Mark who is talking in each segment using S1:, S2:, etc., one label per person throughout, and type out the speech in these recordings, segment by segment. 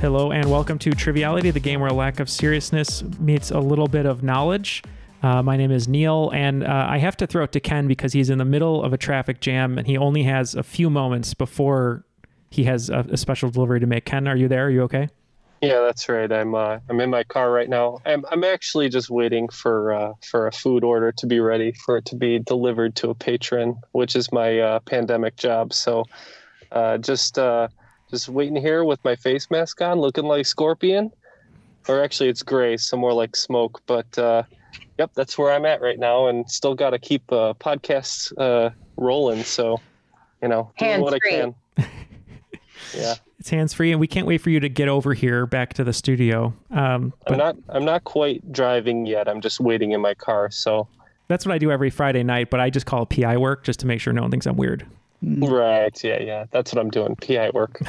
S1: Hello and welcome to Triviality, the game where a lack of seriousness meets a little bit of knowledge. Uh, my name is Neil, and uh, I have to throw it to Ken because he's in the middle of a traffic jam and he only has a few moments before he has a, a special delivery to make. Ken, are you there? Are you okay?
S2: Yeah, that's right. I'm uh, I'm in my car right now. I'm I'm actually just waiting for uh, for a food order to be ready for it to be delivered to a patron, which is my uh, pandemic job. So, uh, just uh, just waiting here with my face mask on, looking like Scorpion, or actually it's gray, so more like smoke. But uh, yep, that's where I'm at right now, and still got to keep uh, podcasts uh, rolling. So, you know, doing what I can.
S3: Hands-free.
S2: yeah.
S1: It's hands free, and we can't wait for you to get over here back to the studio. Um,
S2: I'm not I'm not quite driving yet. I'm just waiting in my car. So
S1: that's what I do every Friday night, but I just call it PI work just to make sure no one thinks I'm weird.
S2: right, yeah, yeah. That's what I'm doing. PI work.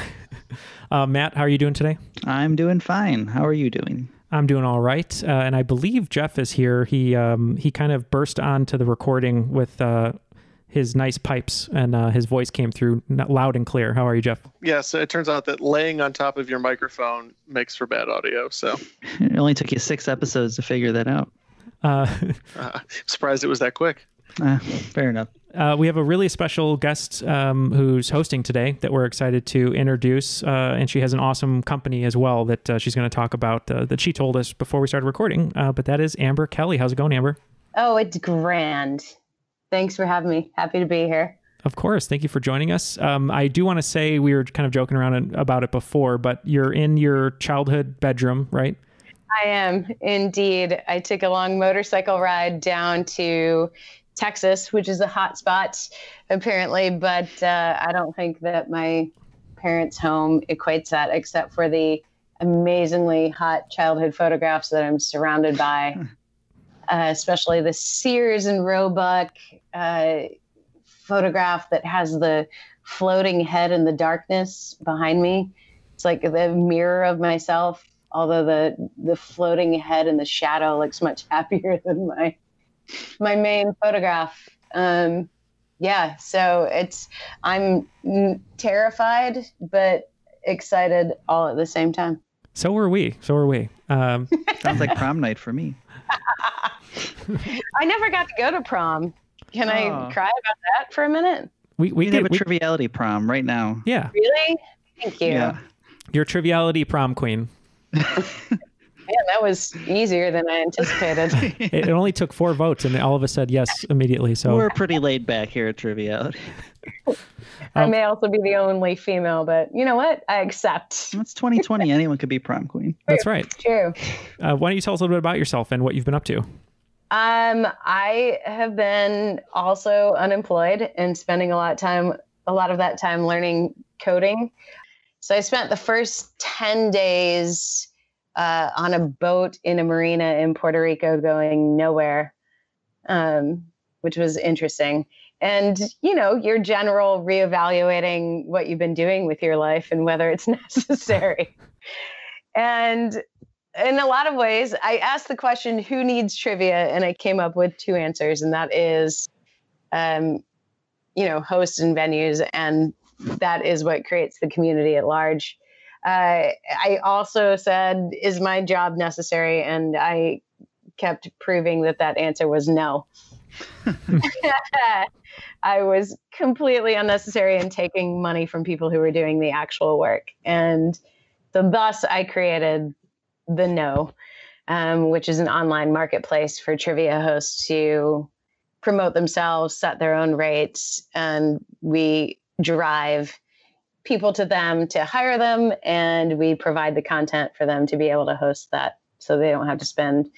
S1: Uh, Matt, how are you doing today?
S4: I'm doing fine. How are you doing?
S1: I'm doing all right, uh, and I believe Jeff is here. He um, he kind of burst onto the recording with uh, his nice pipes, and uh, his voice came through n- loud and clear. How are you, Jeff?
S5: Yeah, so it turns out that laying on top of your microphone makes for bad audio. So
S4: It only took you six episodes to figure that out.
S1: Uh,
S5: uh, surprised it was that quick.
S4: Uh, fair enough.
S1: uh, we have a really special guest um, who's hosting today that we're excited to introduce, uh, and she has an awesome company as well that uh, she's going to talk about uh, that she told us before we started recording. Uh, but that is Amber Kelly. How's it going, Amber?
S3: Oh, it's grand. Thanks for having me. Happy to be here.
S1: Of course. Thank you for joining us. Um, I do want to say we were kind of joking around an- about it before, but you're in your childhood bedroom, right?
S3: I am indeed. I took a long motorcycle ride down to Texas, which is a hot spot apparently, but uh, I don't think that my parents' home equates that except for the amazingly hot childhood photographs that I'm surrounded by, uh, especially the Sears and Roebuck uh, photograph that has the floating head in the darkness behind me. It's like the mirror of myself, although the the floating head in the shadow looks much happier than my my main photograph. Um, yeah, so it's I'm mm, terrified but excited all at the same time.
S1: So were we. So were we. Um,
S4: Sounds like prom night for me.
S3: I never got to go to prom. Can
S4: Oh.
S3: I cry about that for a minute?
S1: we we
S4: We can
S1: get
S4: have a
S1: we-
S4: triviality prom right now.
S1: yeah.
S3: Really? Thank you.
S4: Yeah.
S1: Your triviality prom queen.
S3: Man, that was easier than I anticipated.
S1: It, it only took four votes, and all of us said yes immediately. So
S4: We're pretty laid back here at Um, Triviality.
S3: I may also be the only female, but you know what? I accept.
S4: It's 2020. Anyone could be prom queen.
S1: that's right.
S3: True.
S1: Uh, why don't you tell us a little bit about yourself and what you've been up to?
S3: Um, I have been also unemployed and spending a lot of time, a lot of that time learning coding. So I spent the first ten days uh, on a boat in a marina in Puerto Rico, going nowhere, um, which was interesting. And you know, your general reevaluating what you've been doing with your life and whether it's necessary. and in a lot of ways, I asked the question, who needs trivia? And I came up with two answers, and that is um, you know, hosts and venues, and that is what creates the community at large. Uh, I also said, "Is my job necessary?" And I kept proving that that answer was no. I was completely unnecessary in taking money from people who were doing the actual work, and so thus I created the No, um, which is an online marketplace for trivia hosts to promote themselves, set their own rates, and we drive people to them to hire them, and we provide the content for them to be able to host that, so they don't have to spend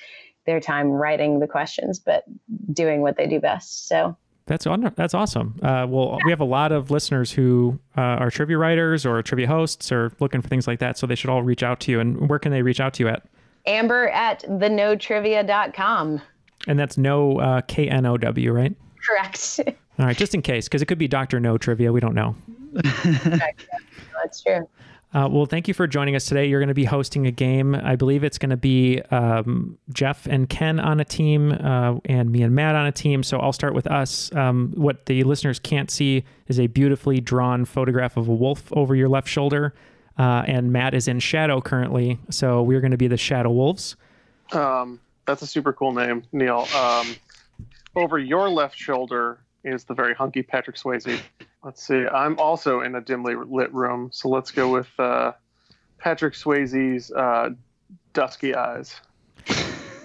S3: their time writing the questions, but doing what they do best. So
S1: That's on, that's awesome. Uh, well, we have a lot of listeners who uh, are trivia writers or trivia hosts or looking for things like that. So they should all reach out to you. And where can they reach out to you at?
S3: Amber at thenotrivia.com.
S1: And that's no uh, K N O W, right?
S3: Correct.
S1: All right, just in case, because it could be Doctor No trivia. We don't know.
S3: That's true.
S1: Uh, well, thank you for joining us today. You're going to be hosting a game. I believe it's going to be um, Jeff and Ken on a team, uh, and me and Matt on a team. So I'll start with us. Um, what the listeners can't see is a beautifully drawn photograph of a wolf over your left shoulder, uh, and Matt is in shadow currently. So we're going to be the shadow wolves.
S5: Um, that's a super cool name, Neil. Um, over your left shoulder is the very hunky Patrick Swayze. Let's see. I'm also in a dimly lit room, so let's go with uh, Patrick Swayze's uh, dusky eyes.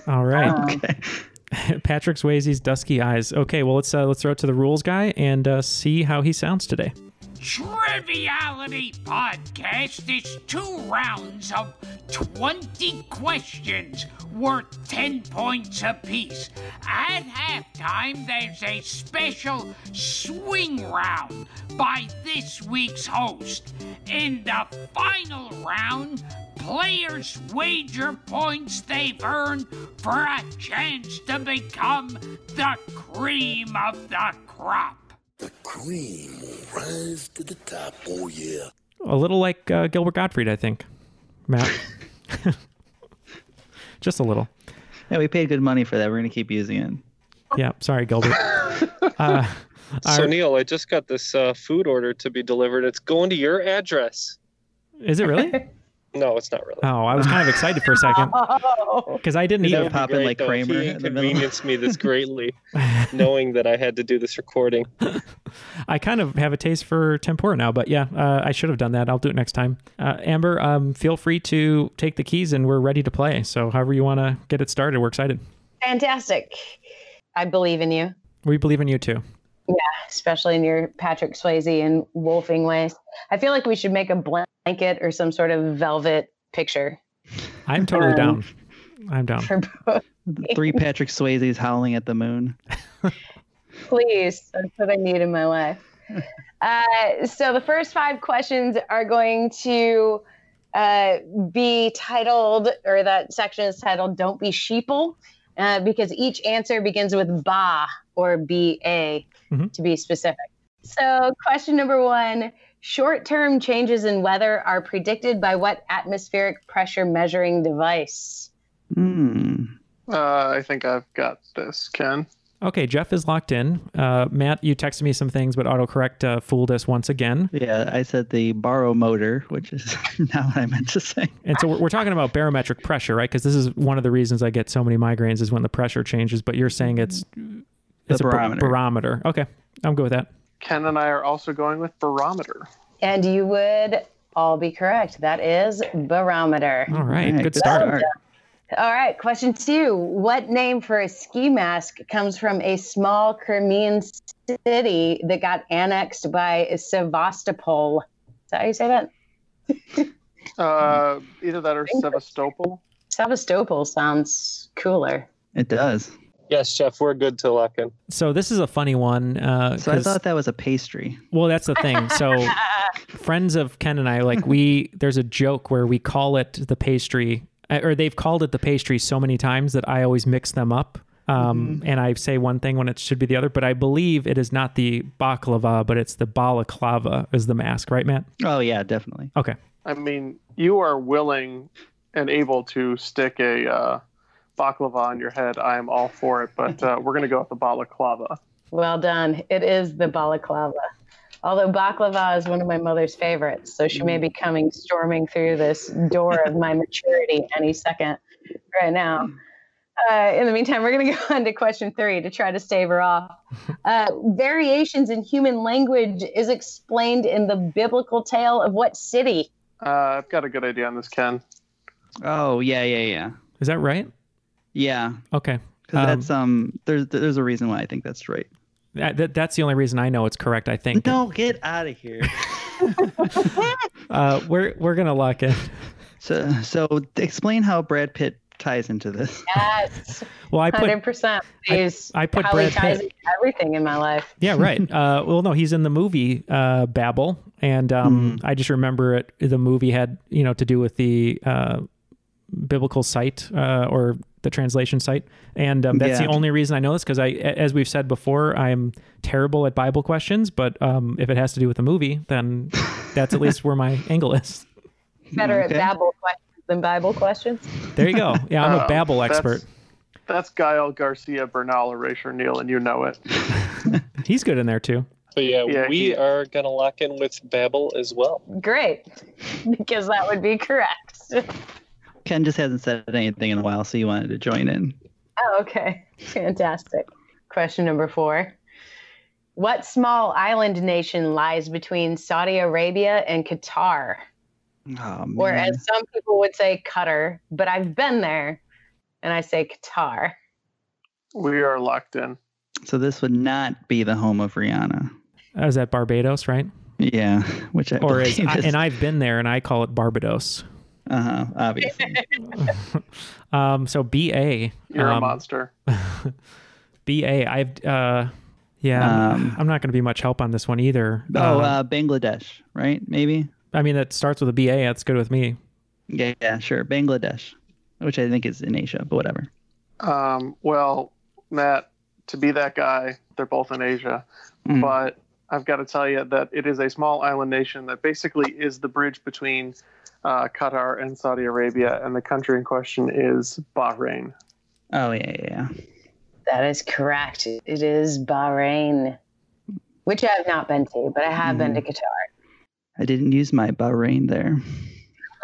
S1: All right,
S4: Okay.
S1: Patrick Swayze's dusky eyes. Okay, well let's uh, let's throw it to the rules guy and uh, see how he sounds today.
S6: Triviality Podcast is two rounds of 20 questions worth 10 points apiece. At halftime, there's a special swing round by this week's host. In the final round, players wager points they've earned for a chance to become the cream of the crop.
S7: The cream will rise to the top. Oh, yeah.
S1: a little like uh, Gilbert Gottfried, I think, Matt. Just a little.
S4: Yeah, we paid good money for that. We're gonna keep using it.
S1: Yeah. Sorry, Gilbert. Uh,
S2: So Neil, I just got this uh, food order to be delivered. It's going to your address.
S1: is it really?
S2: No, it's not really.
S1: Oh, I was kind of excited for a second because I didn't eat
S4: That
S1: it.
S4: would pop in
S2: Great,
S4: like
S2: though.
S4: Kramer
S2: He
S4: in the middle.
S2: inconvenienced me this greatly, knowing that I had to do this recording.
S1: I kind of have a taste for tempura now, but yeah, uh, I should have done that. I'll do it next time. Uh, Amber, um, feel free to take the keys and we're ready to play. So, however you want to get it started, we're excited.
S3: Fantastic. I believe in you,
S1: We believe in you too.
S3: especially in your Patrick Swayze and wolfing ways. I feel like we should make a blanket or some sort of velvet picture Um,
S1: I'm totally down. I'm down.
S3: for both.
S4: Three Patrick Swayze's howling at the moon.
S3: Please, that's what I need in my life. Uh, so the first five questions are going to uh, be titled, or that section is titled "Don't Be Sheeple," uh, because each answer begins with "ba" or "ba"
S1: Mhm.
S3: to be specific. So, question number one: Short-term changes in weather are predicted by what atmospheric pressure measuring device?
S4: Hmm.
S5: Uh, I think I've got this, Ken.
S1: Okay, Jeff is locked in. Uh, Matt, you texted me some things, but autocorrect uh, fooled us once again.
S4: Yeah, I said the borrow motor, which is not what I meant to say.
S1: And so we're, we're talking about barometric pressure, right? Because this is one of the reasons I get so many migraines is when the pressure changes. But you're saying it's it's a bar-
S4: barometer.
S1: barometer. Okay, I'm good with that.
S5: Ken and I are also going with barometer.
S3: And you would all be correct. That is barometer.
S1: All right,
S4: Alright,
S1: good start.
S3: All right, question two. What name for a ski mask comes from a small Crimean city that got annexed by Sevastopol? Is that how you say that?
S5: Uh,
S1: Mm-hmm.
S5: either that or Sevastopol.
S3: Sevastopol sounds cooler.
S4: It does.
S2: Yes, Jeff, we're good to lock in.
S1: So this is a funny one. Uh,
S4: So I
S1: 'cause-
S4: thought that was a pastry.
S1: well, that's the thing. So friends of Ken and I, like we, there's a joke where we call it the pastry, uh, or they've called it the pastry so many times that I always mix them up. Um, And I say one thing when it should be the other, but I believe it is not the baklava, but it's the balaclava is the mask, right, Matt?
S4: Oh yeah, definitely.
S1: Okay.
S5: I mean, you are willing and able to stick a uh, baklava on your head. I am all for it, but uh, we're going to go with the balaclava.
S3: Well done. It is the balaclava. Although baklava is one of my mother's favorites, so she may be coming storming through this door of my maturity any second right now. Uh, in the meantime, we're going to go on to question three to try to stave her off. Uh, variations in human language is explained in the biblical tale of what city?
S5: Uh, I've got a good idea on this, Ken.
S4: Oh yeah, yeah, yeah,
S1: Is that right?
S4: yeah.
S1: Okay.
S4: 'Cause
S1: Um,
S4: that's um. There's there's a reason why I think that's right.
S1: That, that, that's the only reason I know it's correct. I think.
S4: No, get out of here.
S1: Uh, we're we're gonna lock in.
S4: so so explain how Brad Pitt ties into this.
S3: Yes,
S1: Well, I put
S3: hundred percent. Please,
S1: I put
S3: how he
S1: Brad
S3: ties
S1: Pitt.
S3: into everything in my life.
S1: Yeah, right. Uh, well, no, he's in the movie uh, Babel, and um, I just remember it. The movie had you know to do with the uh, biblical site uh, or the translation site, and um, that's
S4: Yeah.
S1: the only reason I know this because I, a- as we've said before, I'm terrible at Bible questions. But um, if it has to do with a movie, then that's at least where my angle is.
S3: Better
S4: Okay.
S3: at Babel questions than Bible questions.
S1: There you go. Yeah, I'm a
S3: Oh,
S5: Uh,
S1: Babel
S5: that's-
S1: expert.
S5: That's Gael Garcia Bernal Erasure Neal, and you know it.
S1: He's good in there too.
S2: But yeah,
S5: Yeah,
S2: we
S5: he-
S2: are gonna lock in with Babel as well.
S3: Great, because that would be correct.
S4: Ken just hasn't said anything in a while, so you wanted to join in.
S3: Oh, okay. Fantastic. Question number four. What small island nation lies between Saudi Arabia and Qatar?
S4: Oh,
S3: Or
S4: man.
S3: as some people would say, Qatar, but I've been there and I say Qatar.
S5: We are locked in.
S4: so this would not be the home of Rihanna.
S1: I was at Barbados, right?
S4: Yeah, which I
S1: Or is,
S4: believe
S1: I,
S4: is-
S1: and I've been there, and I call it Barbados.
S4: uh-huh, obviously.
S1: Um, so BA.
S5: You're a
S1: um,
S5: monster.
S1: BA. I've uh yeah, I'm-
S4: Um,
S1: I'm not going to be much help on this one either.
S4: oh,
S1: Uh,
S4: uh, Bangladesh, right? Maybe.
S1: I mean that starts with a BA. That's good with me.
S4: Yeah, yeah, sure. Bangladesh, which I think is in Asia, but whatever.
S5: Um, well, Matt, to be that guy, they're both in Asia.
S4: Mm.
S5: But I've got to tell you that it is a small island nation that basically is the bridge between uh, Qatar and Saudi Arabia, and the country in question is Bahrain.
S4: Oh yeah, yeah, yeah.
S3: That is correct. It is Bahrain, which I've not been to, but I have been to Qatar.
S4: I didn't use my Bahrain there.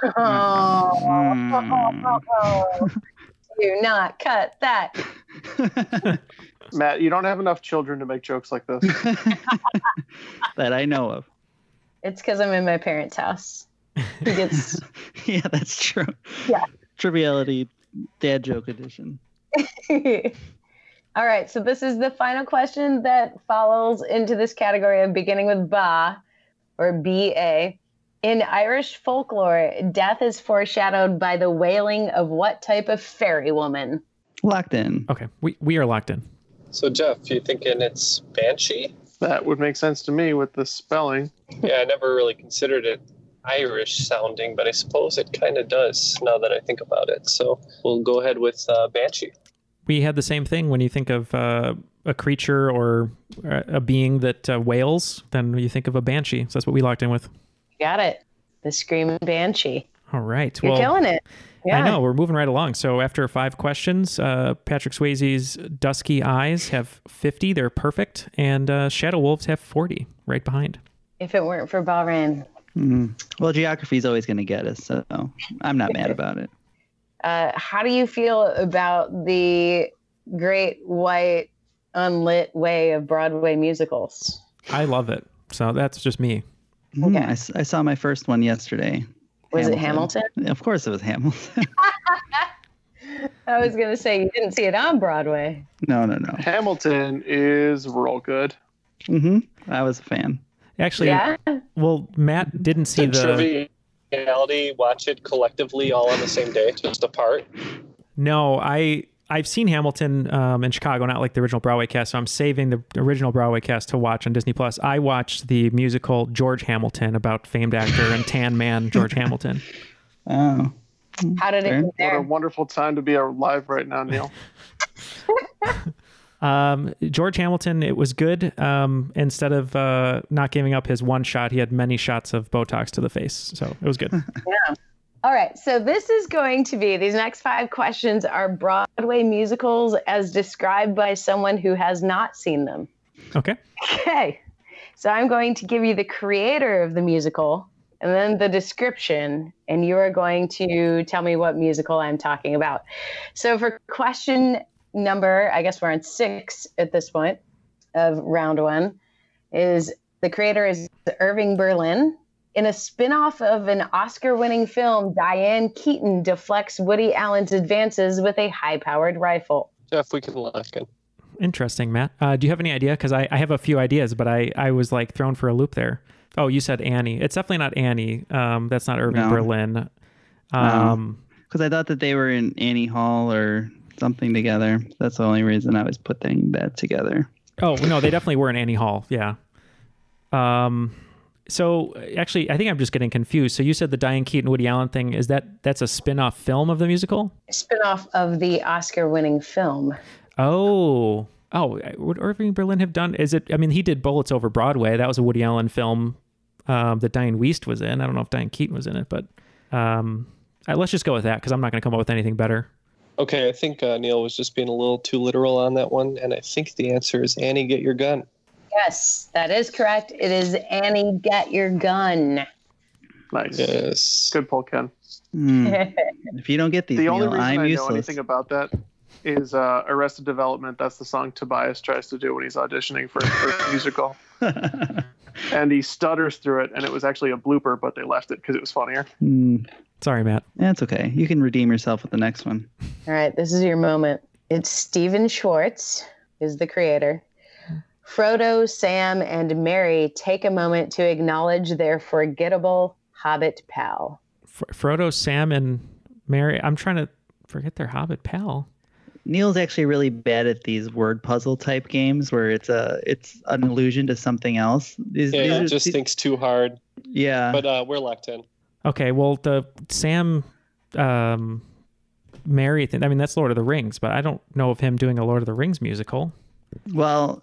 S3: Oh, do not cut that.
S5: Matt, you don't have enough children to make jokes like this.
S4: that I know of.
S3: It's because I'm in my parents' house. He gets
S4: Yeah, that's true.
S3: Yeah.
S4: Triviality, dad joke edition.
S3: All right, so this is the final question that follows into this category of beginning with ba or ba. In Irish folklore, death is foreshadowed by the wailing of what type of fairy woman?
S4: Locked in.
S1: Okay, we we are locked in.
S2: So Jeff, you thinking it's Banshee?
S5: that would make sense to me with the spelling.
S2: Yeah, I never really considered it Irish sounding, but I suppose it kind of does now that I think about it. So we'll go ahead with uh, Banshee.
S1: We had the same thing when you think of uh, a creature or uh, a being that uh, wails, then you think of a banshee. So that's what we locked in with.
S3: Got it. The screaming banshee.
S1: All right.
S3: You're
S1: well,
S3: killing it. Yeah.
S1: I know we're moving right along. So after five questions, uh, Patrick Swayze's dusky eyes have 50. They're perfect, and uh, Shadow Wolves have 40, right behind.
S3: If it weren't for Bahrain.
S4: Mm. Well, geography's always going to get us, so I'm not mad about it.
S3: Uh, how do you feel about the great white unlit way of Broadway musicals?
S1: I love it. So that's just me.
S4: Mm, I s- I, saw my first one yesterday.
S3: Was it Hamilton?
S4: Of course, it was Hamilton.
S3: I was gonna say you didn't see it on Broadway.
S4: no, no, no.
S5: Hamilton is real good.
S4: hmm I was a fan.
S1: Actually,
S3: yeah,
S1: well, Matt didn't see
S2: Did
S1: the.
S2: triviality watch it collectively all on the same day, just apart?
S1: No, I I've seen Hamilton um, in Chicago, not like the original Broadway cast. So I'm saving the original Broadway cast to watch on Disney Plus. I watched the musical George Hamilton about famed actor and tan man George Hamilton.
S4: Oh,
S3: how
S4: Fair.
S5: What
S3: did it
S5: a
S3: compare?
S5: wonderful time to be alive right now, Neil.
S1: Um, George Hamilton, it was good. Um, instead of uh, not giving up his one shot, he had many shots of Botox to the face, so it was good.
S3: All right, so this is going to be these next five questions are Broadway musicals as described by someone who has not seen them.
S1: Okay.
S3: Okay. So I'm going to give you the creator of the musical and then the description, and you are going to tell me what musical I'm talking about. So for question number, I guess we're on six at this point of round one, is the creator is Irving Berlin. In a spin-off of an Oscar-winning film, Diane Keaton deflects Woody Allen's advances with a high-powered rifle.
S2: Jeff, we can lock in.
S1: Interesting, Matt. Uh, do you have any idea? Because I, I have a few ideas, but I, I was like thrown for a loop there. Oh, you said Annie. It's definitely not Annie. Um, that's not Irving
S4: No.
S1: Berlin. Um,
S4: because I thought that they were in Annie Hall or something together. That's the only reason I was putting that together.
S1: Oh no, they definitely were in Annie Hall. Yeah. Um, so actually, I think I'm just getting confused. So you said the Diane Keaton Woody Allen thing is that that's a spin-off film of the musical?
S3: Spin-off of the Oscar-winning film.
S1: Oh, oh, would Irving Berlin have done? Is it? I mean, he did Bullets Over Broadway. That was a Woody Allen film um, that Diane Weist was in. I don't know if Diane Keaton was in it, but um, I, let's just go with that because I'm not going to come up with anything better.
S2: Okay, I think uh, Neil was just being a little too literal on that one, and I think the answer is Annie, get your gun.
S3: Yes, that is correct. It is Annie, get your gun.
S5: Nice.
S2: Yes.
S5: Good pull, Ken.
S4: Hmm. if you don't get these,
S5: The only
S4: Neil,
S5: reason i
S4: I'm
S5: know
S4: useless.
S5: anything about that is uh, Arrested Development. That's the song Tobias tries to do when he's auditioning for his first musical. And he stutters through it, and it was actually a blooper, but they left it because it was funnier.
S4: Hmm.
S1: Sorry, Matt.
S4: That's okay. You can redeem yourself with the next one.
S3: All right, this is your moment. It's Steven Schwartz is the creator. Frodo, Sam, and Mary take a moment to acknowledge their forgettable hobbit pal.
S1: Fr- Frodo, Sam, and Mary. I'm trying to forget their Hobbit pal.
S4: Neil's actually really bad at these word puzzle type games where it's a it's an allusion to something else. These,
S2: Yeah,
S4: these
S2: he
S4: are-
S2: just thinks too hard,
S4: yeah.
S2: but uh, we're locked in.
S1: Okay, well the Sam um Mary thing. I mean that's Lord of the Rings, but I don't know of him doing a Lord of the Rings musical.
S4: Well,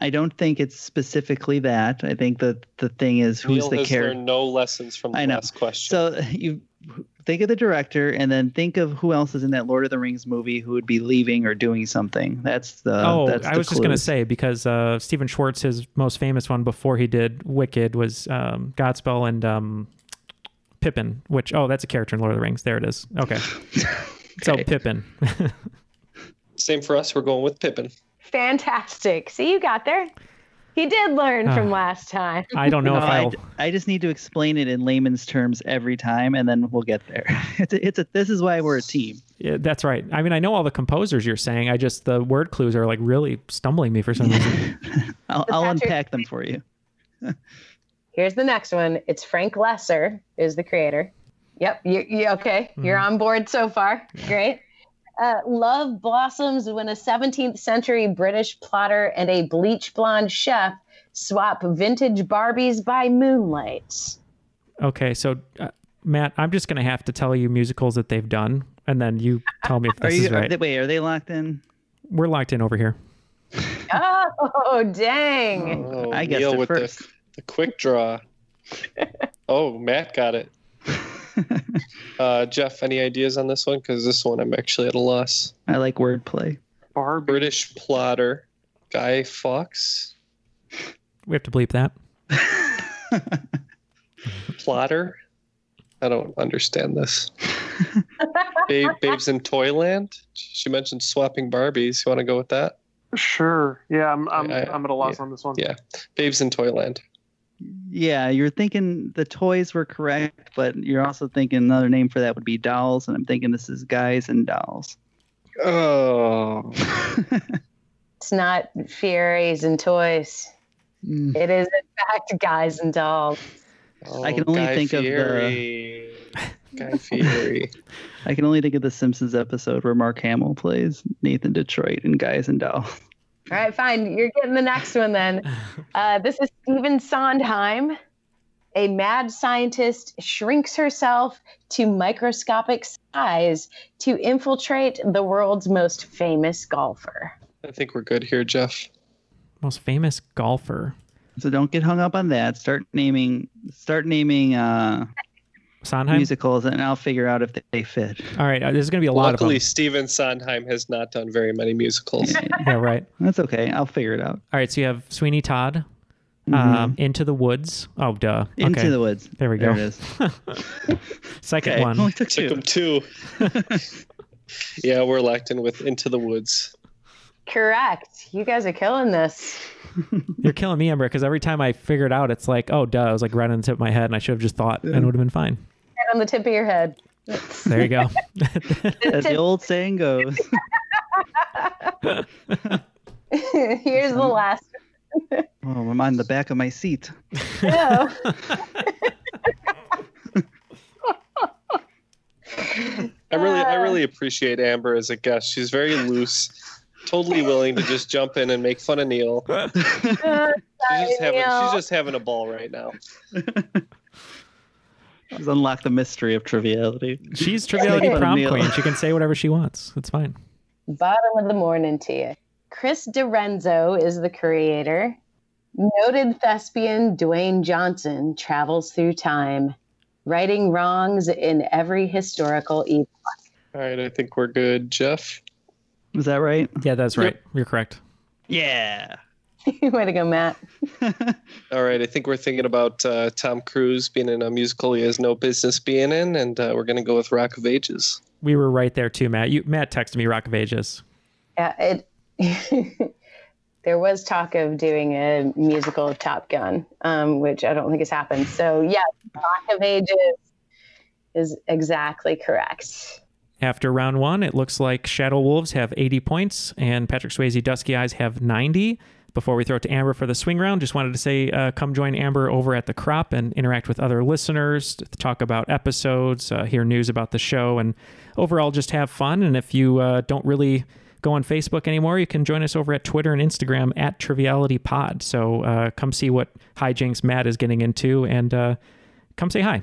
S4: I don't think it's specifically that. I think that the thing is who's
S2: Neil
S4: the
S2: has
S4: character.
S2: learned no lessons from the
S4: I know.
S2: last question.
S4: So you think of the director, and then think of who else is in that Lord of the Rings movie who would be leaving or doing something. That's the.
S1: oh,
S4: Uh, that's
S1: I
S4: the
S1: was just gonna
S4: clues.
S1: say because uh Stephen Schwartz, his most famous one before he did Wicked was um Godspell and um Pippin, which oh that's a character in Lord of the Rings. There it is. Okay. So
S4: Okay.
S1: Pippin.
S2: Same for us. We're going with Pippin.
S3: Fantastic. See, you got there. He did learn from last time.
S1: Uh, I don't know
S4: No,
S1: if
S4: I,
S1: I'll
S4: I just need to explain it in layman's terms every time, and then we'll get there. It's a, it's a, this is why we're a team.
S1: Yeah, that's right. I mean, I know all the composers you're saying. I just the word clues are like really stumbling me for some reason.
S4: I'll, I'll
S3: Patrick-
S4: unpack them for you.
S3: Here's the next one. It's Frank Lesser is the creator. Yep, you, you okay? You're
S5: Mm-hmm.
S3: on board so far. Great. Uh, love blossoms when a 17th century British plotter and a bleach blonde chef swap vintage Barbies by moonlight.
S1: Okay, so uh, Matt, I'm just gonna have to tell you musicals that they've done, and then you tell me if
S4: Are
S1: this
S4: you? uh,
S1: is right.
S4: Are they, wait, are they locked in?
S1: We're locked in over here.
S3: Oh,
S5: Uh,
S3: dang.
S2: Oh,
S4: I guessed
S2: Neil
S4: it
S2: with
S4: first.
S2: The, the quick draw. oh, Matt got it. Uh, Jeff, any ideas on this one? Because this one I'm actually at a loss.
S4: I like wordplay.
S5: Barb
S2: British plotter, Guy Fawkes,
S1: We have to bleep that.
S2: plotter. I don't understand this. Babe, Babes in Toyland. She mentioned swapping Barbies. You want to go with that?
S5: Sure. Yeah, I'm I'm,
S2: I-
S5: I'm at a loss on this one.
S2: Yeah. Babes in Toyland.
S4: Yeah, you're thinking the toys were correct, but you're also thinking another name for that would be dolls, and I'm thinking this is guys and dolls.
S2: Oh,
S3: It's not fairies and toys.
S4: Mm.
S3: It is, in fact, guys and dolls.
S4: I can only think of the-
S2: of the Oh, Guy Fieri.
S4: I can only think of the Simpsons episode where Mark Hamill plays Nathan Detroit and Guys and Dolls.
S3: All right, fine. You're getting the next one then. Uh, this is Stephen Sondheim. A mad scientist shrinks herself to microscopic size to infiltrate the world's most famous golfer.
S2: I think we're good here, Jeff.
S1: Most famous golfer.
S4: So don't get hung up on that. Start naming start naming uh
S1: Sondheim.
S4: musicals, and I'll figure out if they fit.
S1: All right, uh, there's going to be a lot
S2: Luckily,
S1: of
S2: Stephen Sondheim has not done very many musicals.
S1: them. yeah, right.
S4: That's okay. I'll figure it out.
S1: All right, so you have Sweeney Todd, um, Into the Woods. Oh, duh.
S4: Mm-hmm. Into
S1: okay.
S4: the woods.
S1: There we go.
S4: it is.
S1: Second
S4: Okay. Only
S1: one.
S4: took
S2: Took
S4: two.
S2: him two. yeah, we're locked in with Into the Woods.
S3: Correct. You guys are killing this.
S1: You're killing me, Ember, because every time I figure it out, it's like, oh, duh. It was like right on the tip of my head, and I should have just thought, and it would have been fine.
S3: Right on the tip of your head.
S1: There you go.
S4: As the old saying goes.
S3: Here's the last.
S4: Oh, I'm on the back of my seat.
S3: No.
S2: I really, I really appreciate Amber as a guest. She's very loose, totally willing to just jump in and make fun of Neil.
S3: Uh,
S2: She's just having,
S3: Neil.
S2: she's just having a ball right now.
S4: She's unlocked the mystery of triviality.
S1: She's Triviality
S4: Fun
S1: Prom
S4: meal.
S1: Queen. She can say whatever she wants. It's fine.
S3: Bottom of the morning to you. Chris DiRenzo is the creator. Noted thespian Dwayne Johnson travels through time, righting wrongs in every historical e- evil.
S2: All right, I think we're good, Jeff.
S4: Is that right?
S1: Yeah, that's right. You're correct.
S4: Yeah.
S3: Way to go, Matt.
S2: All right, I think we're thinking about uh, Tom Cruise being in a musical he has no business being in, and uh, we're going to go with Rock of Ages.
S1: We were right there too, Matt. You Matt texted me Rock of Ages.
S3: Yeah, it. there was talk of doing a musical of Top Gun, um, which I don't think has happened. So yeah, Rock of Ages is exactly correct.
S1: After round one, it looks like Shadow Wolves have 80 points and Patrick Swayze Dusky Eyes have 90. Before we throw it to Amber for the swing round, just wanted to say uh, come join Amber over at The Crop and interact with other listeners, to talk about episodes, uh, hear news about the show, and overall just have fun. And if you uh, don't really go on Facebook anymore, you can join us over at Twitter and Instagram at Triviality Pod. So uh, come see what hijinks Matt is getting into and uh, come say hi.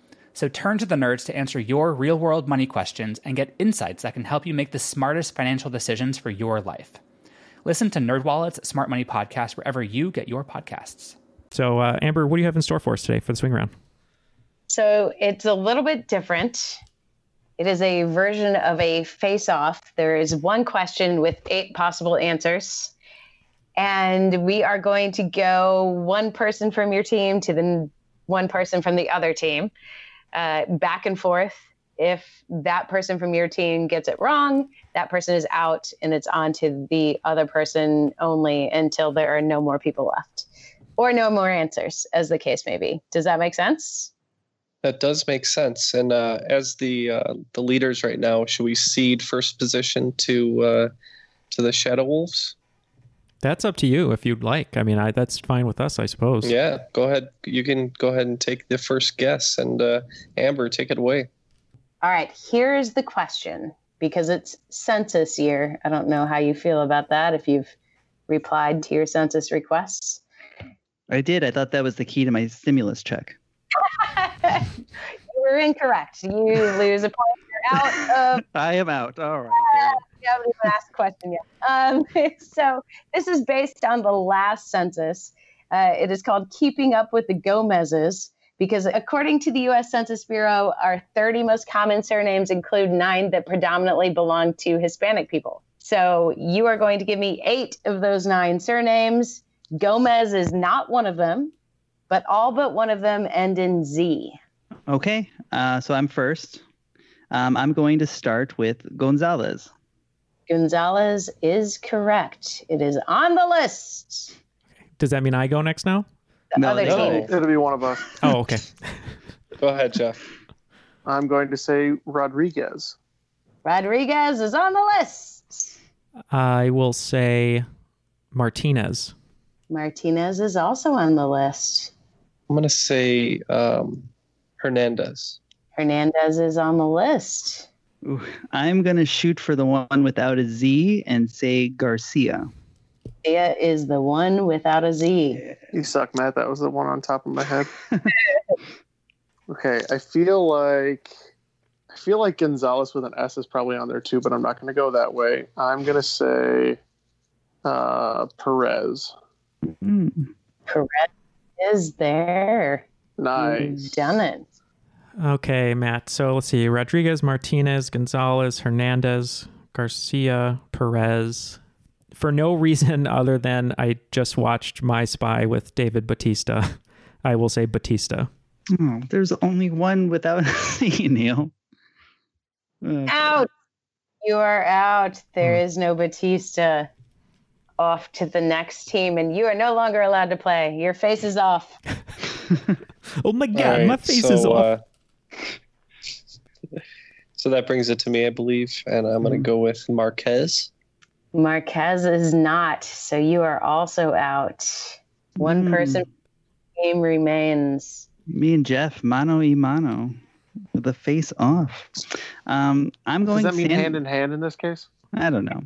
S8: So turn to the nerds to answer your real world money questions and get insights that can help you make the smartest financial decisions for your life. Listen to NerdWallet's Smart Money Podcast wherever you get your podcasts.
S1: So, uh, Amber, what do you have in store for us today for the swing round?
S3: So it's a little bit different. It is a version of a face off. There is one question with eight possible answers. And we are going to go one person from your team to the n- one person from the other team, uh, back and forth. If that person from your team gets it wrong, that person is out and it's on to the other person only until there are no more people left or no more answers, as the case may be. Does that make sense?
S2: That does make sense. And uh, as the uh, the leaders right now, should we cede first position to uh, to the Shadow Wolves?
S1: That's up to you if you'd like. I mean, I, that's fine with us, I suppose.
S2: Yeah, go ahead. You can go ahead and take the first guess, and uh, Amber, take it away.
S3: All right, here's the question because it's census year. I don't know how you feel about that if you've replied to your census requests.
S4: I did. I thought that was the key to my stimulus check.
S3: you were incorrect. You lose a point. You're out of
S4: I am out. All right.
S3: you haven't even asked the question yet. Um, so this is based on the last census. Uh, it is called Keeping Up with the Gomezes because according to the U.S. Census Bureau, our 30 most common surnames include nine that predominantly belong to Hispanic people. So you are going to give me eight of those nine surnames. Gomez is not one of them, but all but one of them end in Z.
S4: Okay, uh, so I'm first. Um, I'm going to start with Gonzalez.
S3: Gonzalez is correct. It is on the list.
S1: Does that mean I go next now?
S3: The other
S4: Oh.
S3: team.
S5: It'll be one of us.
S1: Oh, okay.
S2: Go ahead, Jeff.
S5: I'm going to say Rodriguez.
S3: Rodriguez is on the list.
S1: I will say Martinez.
S3: Martinez is also on the list.
S2: I'm going to say um, Hernandez.
S3: Hernandez is on the list.
S4: Ooh, I'm going to shoot for the one without a Z and say Garcia.
S3: Thea is the one without a Z.
S5: You suck, Matt. That was the one on top of my head. okay, I feel like I feel like Gonzalez with an S is probably on there too, but I'm not going to go that way. I'm going to say uh, Perez.
S3: Correct is there.
S5: Nice.
S3: You've done it.
S1: Okay, Matt. So let's see: Rodriguez, Martinez, Gonzalez, Hernandez, Garcia, Perez. For no reason other than I just watched My Spy with David Batista. I will say Batista.
S4: Oh, there's only one without a Z, Neil. Uh,
S3: Out. You are out. There is no Batista. Off to the next team, and you are no longer allowed to play. Your face is off.
S1: Oh my
S2: All
S1: god,
S2: right,
S1: my face
S2: so,
S1: is off.
S2: uh, so that brings it to me, I believe, and I'm
S1: Mm-hmm.
S2: going to go with Marquez.
S3: Marquez is not, so you are also out. One person game remains.
S4: me and Jeff, mano y mano, with the face off. Um, I'm
S5: Does
S4: going.
S5: that mean
S4: San-
S5: hand in hand in this case?
S4: I don't know.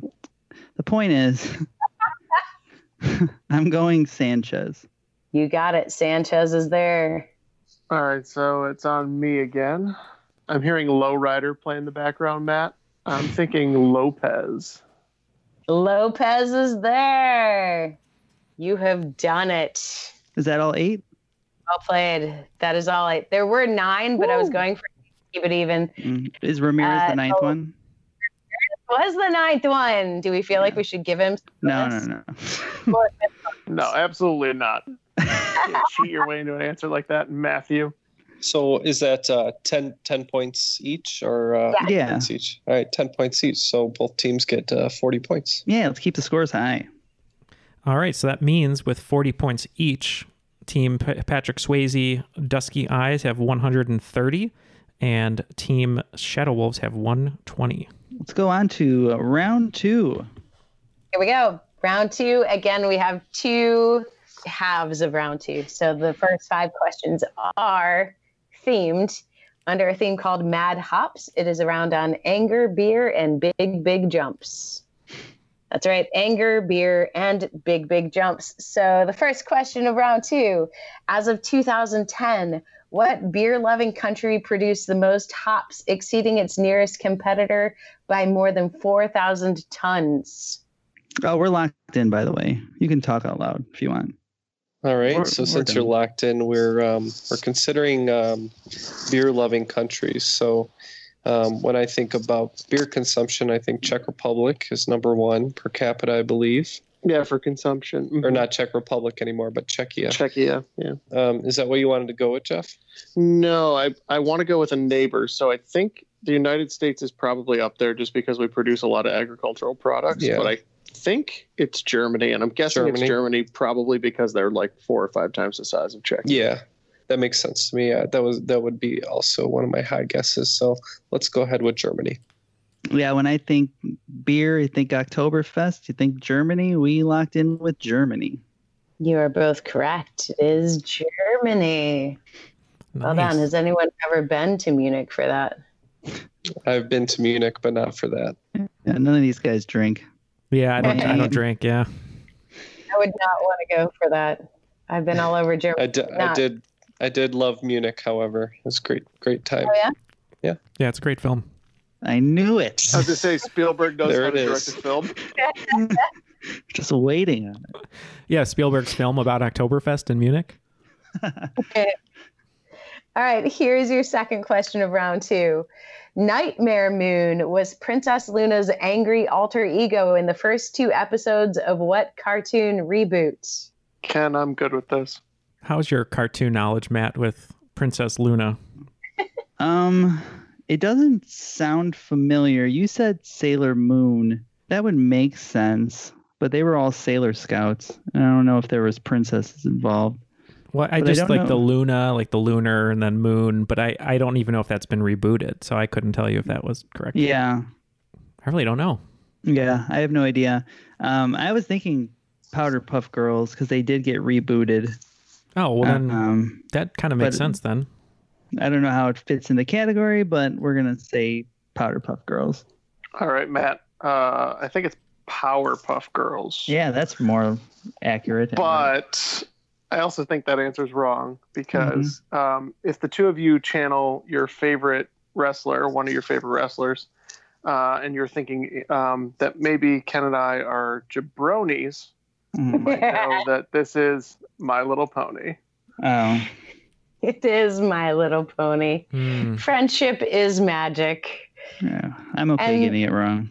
S4: The point is, I'm going Sanchez.
S3: You got it. Sanchez is there.
S5: All right, so it's on me again. I'm hearing Lowrider play in the background, Matt. I'm thinking Lopez.
S3: Lopez is there. You have done it.
S4: Is that all eight?
S3: Well played. That is all I. There were nine, but I was going for keep it even.
S4: Mm, Is Ramirez
S3: Uh,
S4: the ninth
S3: oh.
S4: one?
S3: Was the ninth one? Do we feel like we should give him?
S4: No, no, no.
S5: No, absolutely not. Yeah, cheat your way into an answer like that, Matthew.
S2: So is that uh, 10, 10 points each or uh,
S3: Yeah.
S4: Yeah.
S2: points each? All right, 10 points each. So both teams get uh, 40 points.
S4: Yeah, let's keep the scores high.
S1: All right, so that means with 40 points each, team P- Patrick Swayze Dusky Eyes have 130 and team Shadow Wolves have 120.
S4: Let's go on to uh, round two.
S3: Here we go. Round two. Again, we have two halves of round two. So the first five questions are themed under a theme called Mad Hops. It is a round on anger, beer, and big, big jumps. That's right. Anger, beer, and big, big jumps. So the first question of round two as of 2010, what beer loving country produced the most hops, exceeding its nearest competitor by more than 4,000 tons?
S4: Oh, we're locked in, by the way. You can talk out loud if you want.
S2: All right,
S4: We're-
S2: so
S4: we're
S2: since you're
S4: done.
S2: locked in, we're um, we're considering um, beer-loving countries. So um, when I think about beer consumption, I think Czech Republic is number one per capita, I believe,
S5: Yeah, for consumption.
S1: Mm-hmm.
S2: or not Czech Republic anymore, but Czechia.
S5: Czechia. Yeah.
S2: Um, is that what you wanted to go with, Jeff?
S5: No, I, I want to go with a neighbor. So I think the United States is probably up there just because we produce a lot of agricultural products.
S2: Yeah.
S5: But I think it's Germany. And I'm guessing
S2: Germany.
S5: it's Germany probably because they're like four or five times the size of Czechia.
S2: Yeah, that makes sense to me. Yeah, that was that would be also one of my high guesses. So let's go ahead with Germany.
S4: Yeah, when I think beer, you think Oktoberfest, you think Germany. We locked in with Germany.
S3: You are both correct. It is Germany. Well
S1: Nice.
S3: done. Has anyone ever been to Munich for that?
S2: I've been to Munich, but not for that.
S4: Yeah, none of these guys drink.
S1: Yeah, I don't I
S4: Man.
S1: don't drink, yeah.
S3: I would not want to go for that. I've been all over Germany.
S2: I, di- I
S3: Not-
S2: did I did love Munich, however. It was a great great time.
S3: Oh, yeah?
S1: Yeah, it's a great film.
S4: I knew it.
S5: I was to say Spielberg knows
S4: There
S5: how
S4: it
S5: to
S4: is.
S5: direct a film.
S4: Just waiting on it.
S1: Yeah, Spielberg's film about Oktoberfest in Munich.
S3: Okay. All right, here's your second question of round two. Nightmare Moon was Princess Luna's angry alter ego in the first two episodes of what cartoon reboot?
S5: Ken, I'm good with this.
S1: How's your cartoon knowledge, Matt, with Princess Luna?
S4: Um, it doesn't sound familiar. You said Sailor Moon. That would make sense, but they were all Sailor Scouts. And I don't know if there was princesses involved.
S1: Well, I
S4: But I
S1: just
S4: don't
S1: like
S4: know.
S1: the Luna, like the lunar, and then moon, but I, I don't even know if that's been rebooted, so I couldn't tell you if that was correct.
S4: Yeah.
S1: I really don't know.
S4: Yeah, I have no idea. Um, I was thinking Powder Puff Girls because they did get rebooted.
S1: Oh well, then
S4: um,
S1: that kind of makes sense then.
S4: I don't know how it fits in the category, but we're gonna say Powder Puff Girls.
S5: All right, Matt. Uh, I think it's Powerpuff Girls.
S4: Yeah, that's more accurate.
S5: But I also think that answer's wrong because
S2: Mm-hmm.
S5: um, if the two of you channel your favorite wrestler, one of your favorite wrestlers, uh, and you're thinking um, that maybe Ken and I are jabronis, you
S4: Mm-hmm.
S5: might know that this is My Little Pony.
S4: Oh.
S3: It is My Little Pony.
S1: Hmm.
S3: Friendship is magic.
S4: Yeah, I'm okay
S3: And-
S4: getting it wrong.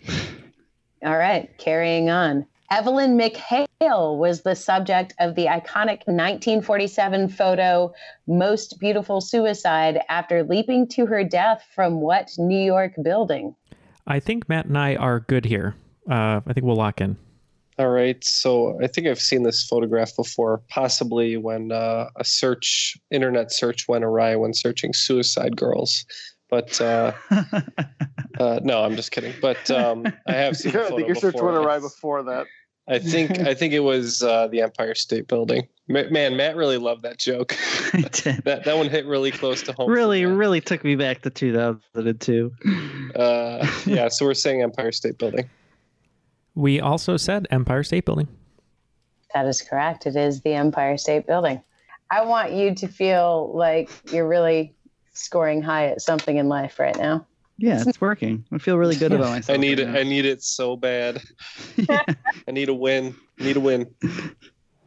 S3: All right, carrying on. Evelyn McHale was the subject of the iconic 1947 photo Most Beautiful Suicide after leaping to her death from what New York building?
S1: I think Matt and I are good here. Uh, I think we'll lock in.
S2: All right, so I think I've seen this photograph before, possibly when uh, a search, internet search went awry when searching suicide girls. But uh, uh, no, I'm just kidding. But um, I have seen. the
S5: Yeah, I
S2: photo
S5: think your search
S2: before.
S5: went awry before that.
S2: I think I think it was uh, the Empire State Building. Ma- Man, Matt really loved that joke. that that one hit really close to home.
S4: Really, really took me back to 2002.
S2: Uh, yeah, so we're saying Empire State Building.
S1: We also said Empire State Building.
S3: That is correct. It is the Empire State Building. I want you to feel like you're really scoring high at something in life right now.
S4: Yeah, it's working. I feel really good about myself.
S2: I need it. I need it so bad. I need a win. Need a win.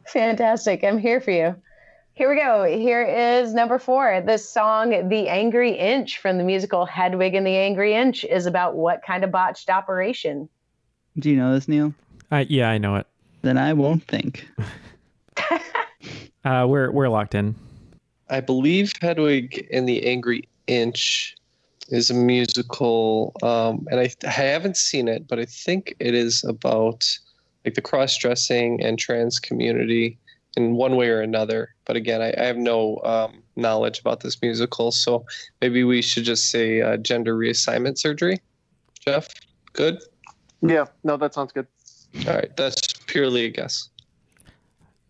S3: Fantastic. I'm here for you. Here we go. Here is number four. The song The Angry Inch from the musical Hedwig and the Angry Inch is about what kind of botched operation?
S4: Do you know this, Neil?
S1: I, Uh, yeah, I know it.
S4: Then I won't think.
S1: Uh, we're we're locked in.
S2: I believe Hedwig and the Angry Inch is a musical, um, and I, I haven't seen it, but I think it is about like the cross-dressing and trans community in one way or another. But again, I, I have no um, knowledge about this musical, so maybe we should just say uh, gender reassignment surgery. Jeff, good.
S5: Yeah, no, that sounds good.
S2: All right, that's purely a guess.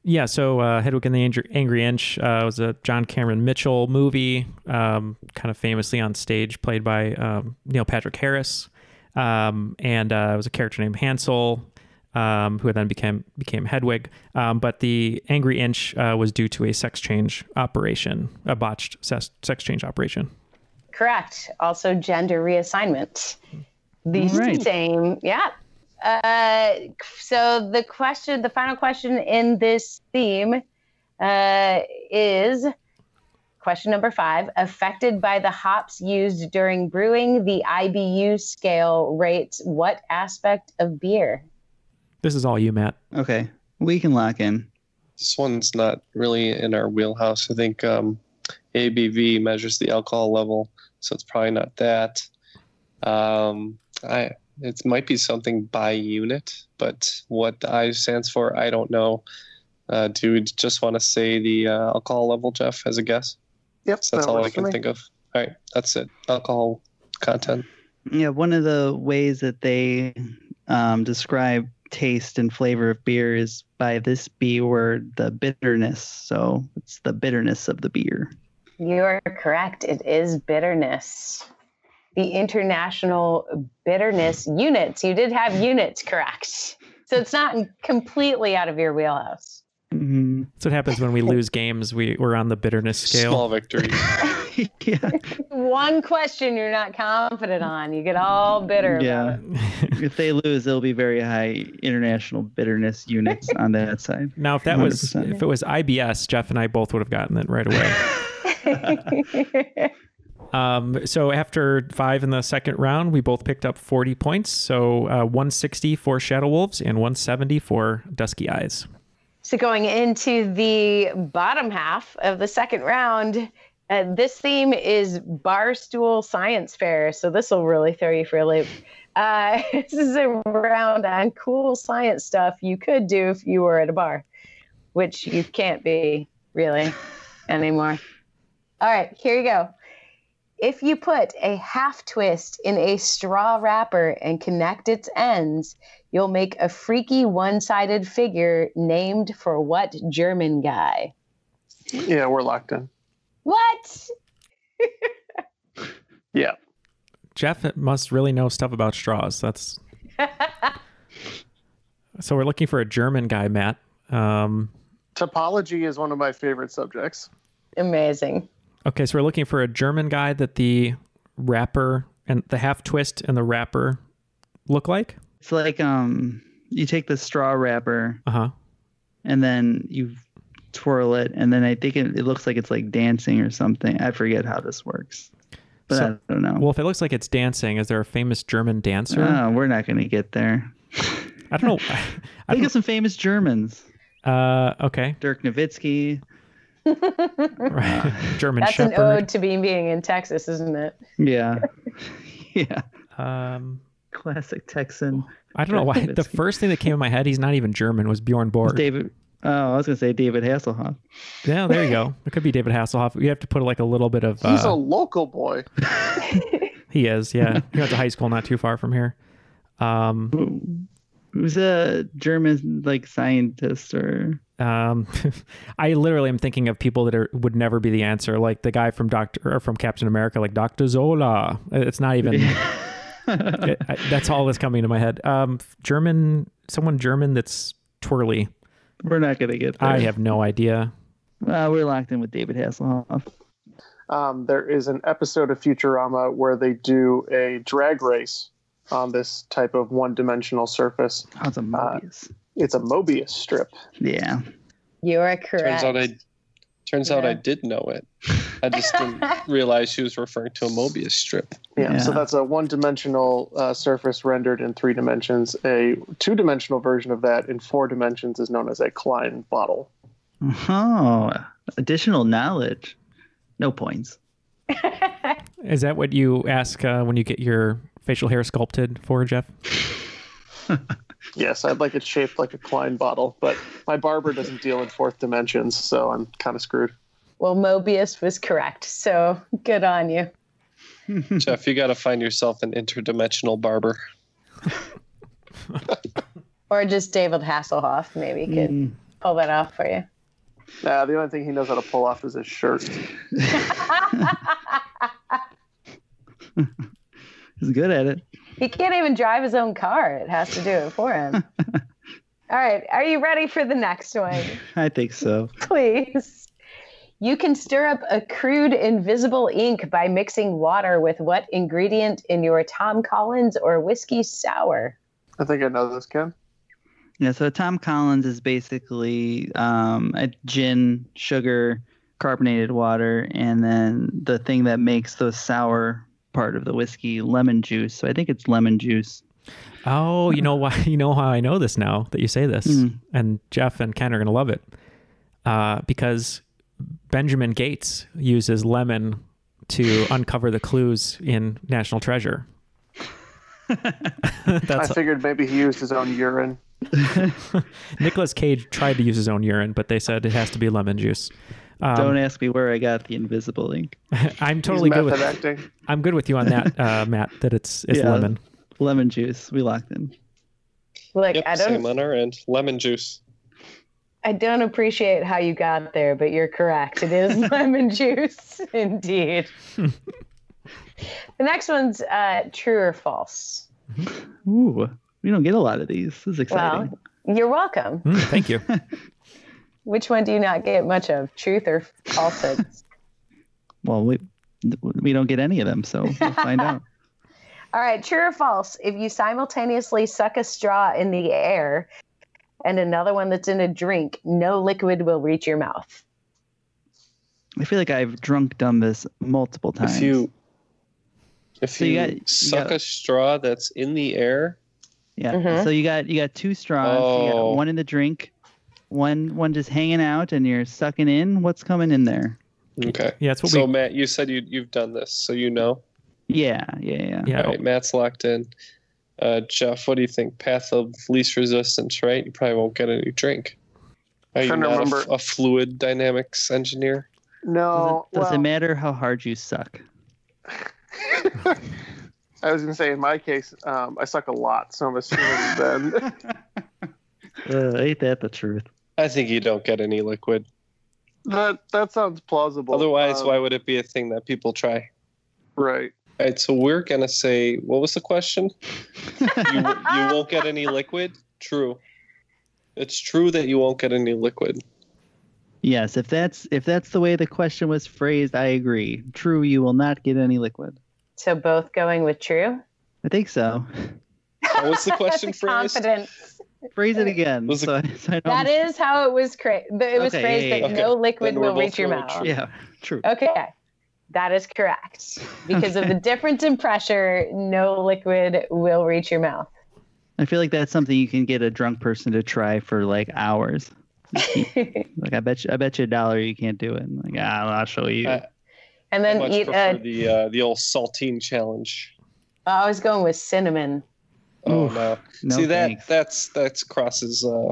S1: Yeah, so uh, Hedwig and the Angry, Angry Inch uh, was a John Cameron Mitchell movie, um, kind of famously on stage, played by um, Neil Patrick Harris, um, and uh, it was a character named Hansel, um, who then became became Hedwig. Um, but the Angry Inch uh, was due to a sex change operation, a botched sex, sex change operation.
S3: Correct. Also, gender reassignment. The
S1: Right.
S3: same. Yeah. Uh, so, the question, the final question in this theme uh, is question number five affected by the hops used during brewing, the IBU scale rates what aspect of beer?
S1: This is all you, Matt.
S4: Okay, we can lock in.
S2: This one's not really in our wheelhouse. I think um, ABV measures the alcohol level, so it's probably not that. Um, I it might be something by unit, but what the I stands for, I don't know. Uh, do we just want to say the uh, alcohol level, Jeff, as a guess?
S5: Yep,
S2: So that's all I can think of. All right, that's it. Alcohol content.
S4: Yeah, one of the ways that they um, describe taste and flavor of beer is by this B word, the bitterness. So it's the bitterness of the beer.
S3: You are correct. It is bitterness. The International Bitterness Units. You did have units, correct. So it's not completely out of your wheelhouse.
S4: Mm-hmm.
S1: That's what happens when we lose games. We we're on the bitterness scale.
S2: Small victories.
S3: One question you're not confident on, you get all bitter.
S4: yeah. if they lose, there'll be very high international bitterness units on that side.
S1: Now, if that was if it was IBS, Jeff and I both would have gotten it right away. Um, so after five in the second round, we both picked up 40 points. So uh, 160 for Shadow Wolves and 170 for Dusky Eyes.
S3: So going into the bottom half of the second round, uh, this theme is Barstool Science Fair. So this will really throw you for a loop. Uh, this is a round on cool science stuff you could do if you were at a bar, which you can't be really anymore. All right, here you go. If you put a half twist in a straw wrapper and connect its ends, you'll make a freaky one sided figure named for what German guy?
S5: Yeah, we're locked in.
S3: What?
S5: Yeah.
S1: Jeff must really know stuff about straws. That's so we're looking for a German guy, Matt. Um,
S5: Topology is one of my favorite subjects.
S3: Amazing.
S1: okay, so we're looking for a German guy that the wrapper and the half twist and the wrapper look like.
S4: It's like um, you take the straw wrapper,
S1: uh-huh.
S4: and then you twirl it, and then I think it, it looks like it's like dancing or something. I forget how this works, but
S1: So-
S4: I don't know.
S1: Well, if it looks like it's dancing, is there a famous German dancer?
S4: Ah, we're not going to get there.
S1: I don't know. I
S4: think of some famous Germans.
S1: Uh, okay.
S4: Dirk Nowitzki,
S1: German
S3: That's an
S1: Shepherd.
S3: ode to being being in Texas, isn't it?
S4: Yeah. yeah.
S1: Um,
S4: Classic Texan.
S1: I don't know why. The first thing that came in my head, he's not even German, was Bjorn Borg.
S4: David. Oh, I was going to say David Hasselhoff.
S1: Yeah, there you go. It could be David Hasselhoff. You have to put like a little bit of.
S5: He's a
S1: Uh,
S5: local boy.
S1: he is, yeah. He went to high school not too far from here. Um,
S4: Who's a German like scientist or
S1: um, I literally am thinking of people that are, would never be the answer, like the guy from Doctor or from Captain America, like Doctor Zola. It's not even. It- I- that's all that's coming to my head. Um, German, someone German that's twirly.
S4: We're not going to get there.
S1: I have no idea.
S4: Uh, we're locked in with David Hasselhoff.
S5: Um, there is an episode of Futurama where they do a drag race on this type of one-dimensional surface.
S4: Oh, it's a Mobius.
S5: it's a Mobius strip.
S4: Yeah.
S3: You are correct.
S2: Turns out I turns out I did know it. I just didn't realize she was referring to a Mobius strip.
S5: Yeah, so that's a one dimensional uh, surface rendered in three dimensions. A two dimensional version of that in four dimensions is known as a Klein bottle.
S4: Oh, additional knowledge. No points.
S1: Is that what you ask uh, when you get your facial hair sculpted for, Jeff?
S5: Yes, I'd like it shaped like a Klein bottle, but my barber doesn't deal in fourth dimensions, so I'm kind of screwed.
S3: Well, Mobius was correct. So good on you.
S2: Jeff, you got to find yourself an interdimensional barber.
S3: Or just David Hasselhoff, maybe could
S5: Mm.
S3: pull that off for you.
S5: Nah, the only thing he knows how to pull off is his shirt.
S4: He's good at it.
S3: He can't even drive his own car. It has to do it for him. All right. Are you ready for the next one?
S4: I think so.
S3: Please. You can stir up a crude invisible ink by mixing water with what ingredient in your Tom Collins or whiskey sour?
S5: I think I know this, Ken.
S4: Yeah, so Tom Collins is basically um, a gin, sugar, carbonated water, and then the thing that makes the sour part of the whiskey, lemon juice. So I think it's lemon juice.
S1: Oh, Hmm. you know why? You know how I know this now that you say this,
S4: Mm.
S1: and Jeff and Ken are gonna love it, uh, because Benjamin Gates uses lemon to uncover the clues in National Treasure. Uh, That's
S5: I figured maybe he used his own urine.
S1: Nicholas Cage tried to use his own urine, but they said it has to be lemon juice. Um,
S4: Don't ask me where I got the invisible ink.
S1: I'm totally good with
S5: method acting.
S1: I'm good with you on that, uh, Matt. That it's it's
S4: Yeah.
S1: lemon.
S4: Lemon juice. We locked in.
S3: Look,
S2: Yep,
S3: I
S2: same
S3: don't
S2: on our end. Lemon juice.
S3: I don't appreciate how you got there, but you're correct. It is lemon juice indeed. the next one's uh, true or false.
S4: Ooh, we don't get a lot of these. This is exciting.
S3: Well, you're welcome.
S1: Hmm, thank you.
S3: Which one do you not get much of? Truth or falsehood?
S4: Well, we we don't get any of them, so we'll find out.
S3: All right, true or false? If you simultaneously suck a straw in the air and another one that's in a drink, no liquid will reach your mouth.
S4: I feel like I've drunk done this multiple times.
S2: If you if
S4: So
S2: you,
S4: you got- you
S2: suck
S4: got-
S2: a straw that's in the air,
S4: Yeah.
S2: Mhm.
S4: So you got you got two straws. You
S2: Oh.
S4: got one in the drink, one one just hanging out, and you're sucking in. What's coming in there?
S2: okay.
S1: Yeah, that's
S4: what
S2: so
S4: we-
S2: Matt, you said you you've done this, so you know.
S4: Yeah, yeah, yeah.
S1: Yeah.
S2: All right, Matt's locked in. Uh, Jeff, what do you think? Path of least resistance, right? You probably won't get any drink. Are you
S5: Trying to
S2: not a f-
S5: remember.
S2: a fluid dynamics engineer?
S5: No.
S4: Does
S5: Oh, well,
S4: it matter how hard you suck?
S5: I was gonna say in my case, um, I suck a lot, so I'm assuming then.
S4: Uh, ain't that the truth?
S2: I think you don't get any liquid.
S5: That that sounds plausible.
S2: Otherwise,
S5: Um,
S2: why would it be a thing that people try?
S5: Right.
S2: All right, so we're gonna say, what was the question? you, w- you
S5: Ah!
S2: won't get any liquid. True. It's true that you won't get any liquid.
S4: Yes. If that's if that's the way the question was phrased, I agree. True, you will not get any liquid.
S3: So both going with true?
S4: I think so.
S2: What was the question
S3: That's confident.
S4: Phrase it again. so I- so
S2: Um,
S4: I don't-
S3: That is how it was cra- It was
S4: Okay, yeah,
S3: phrased
S4: yeah,
S3: that
S4: yeah.
S3: no
S4: Okay.
S3: liquid
S4: Then we're
S3: will
S4: both
S3: reach your
S4: going
S3: mouth.
S4: true. Yeah, true.
S3: Okay. That is correct. Because of the difference in pressure, no liquid will reach your mouth.
S4: I feel like that's something you can get a drunk person to try for like hours. like I bet you, I bet you a dollar you can't do it. And like ah, I'll show you.
S2: I
S3: And then
S2: much
S3: eat
S2: prefer
S3: a.
S2: the uh, the old saltine challenge.
S3: I was going with cinnamon.
S2: Oh no!
S4: no
S2: See that that's that's crosses uh,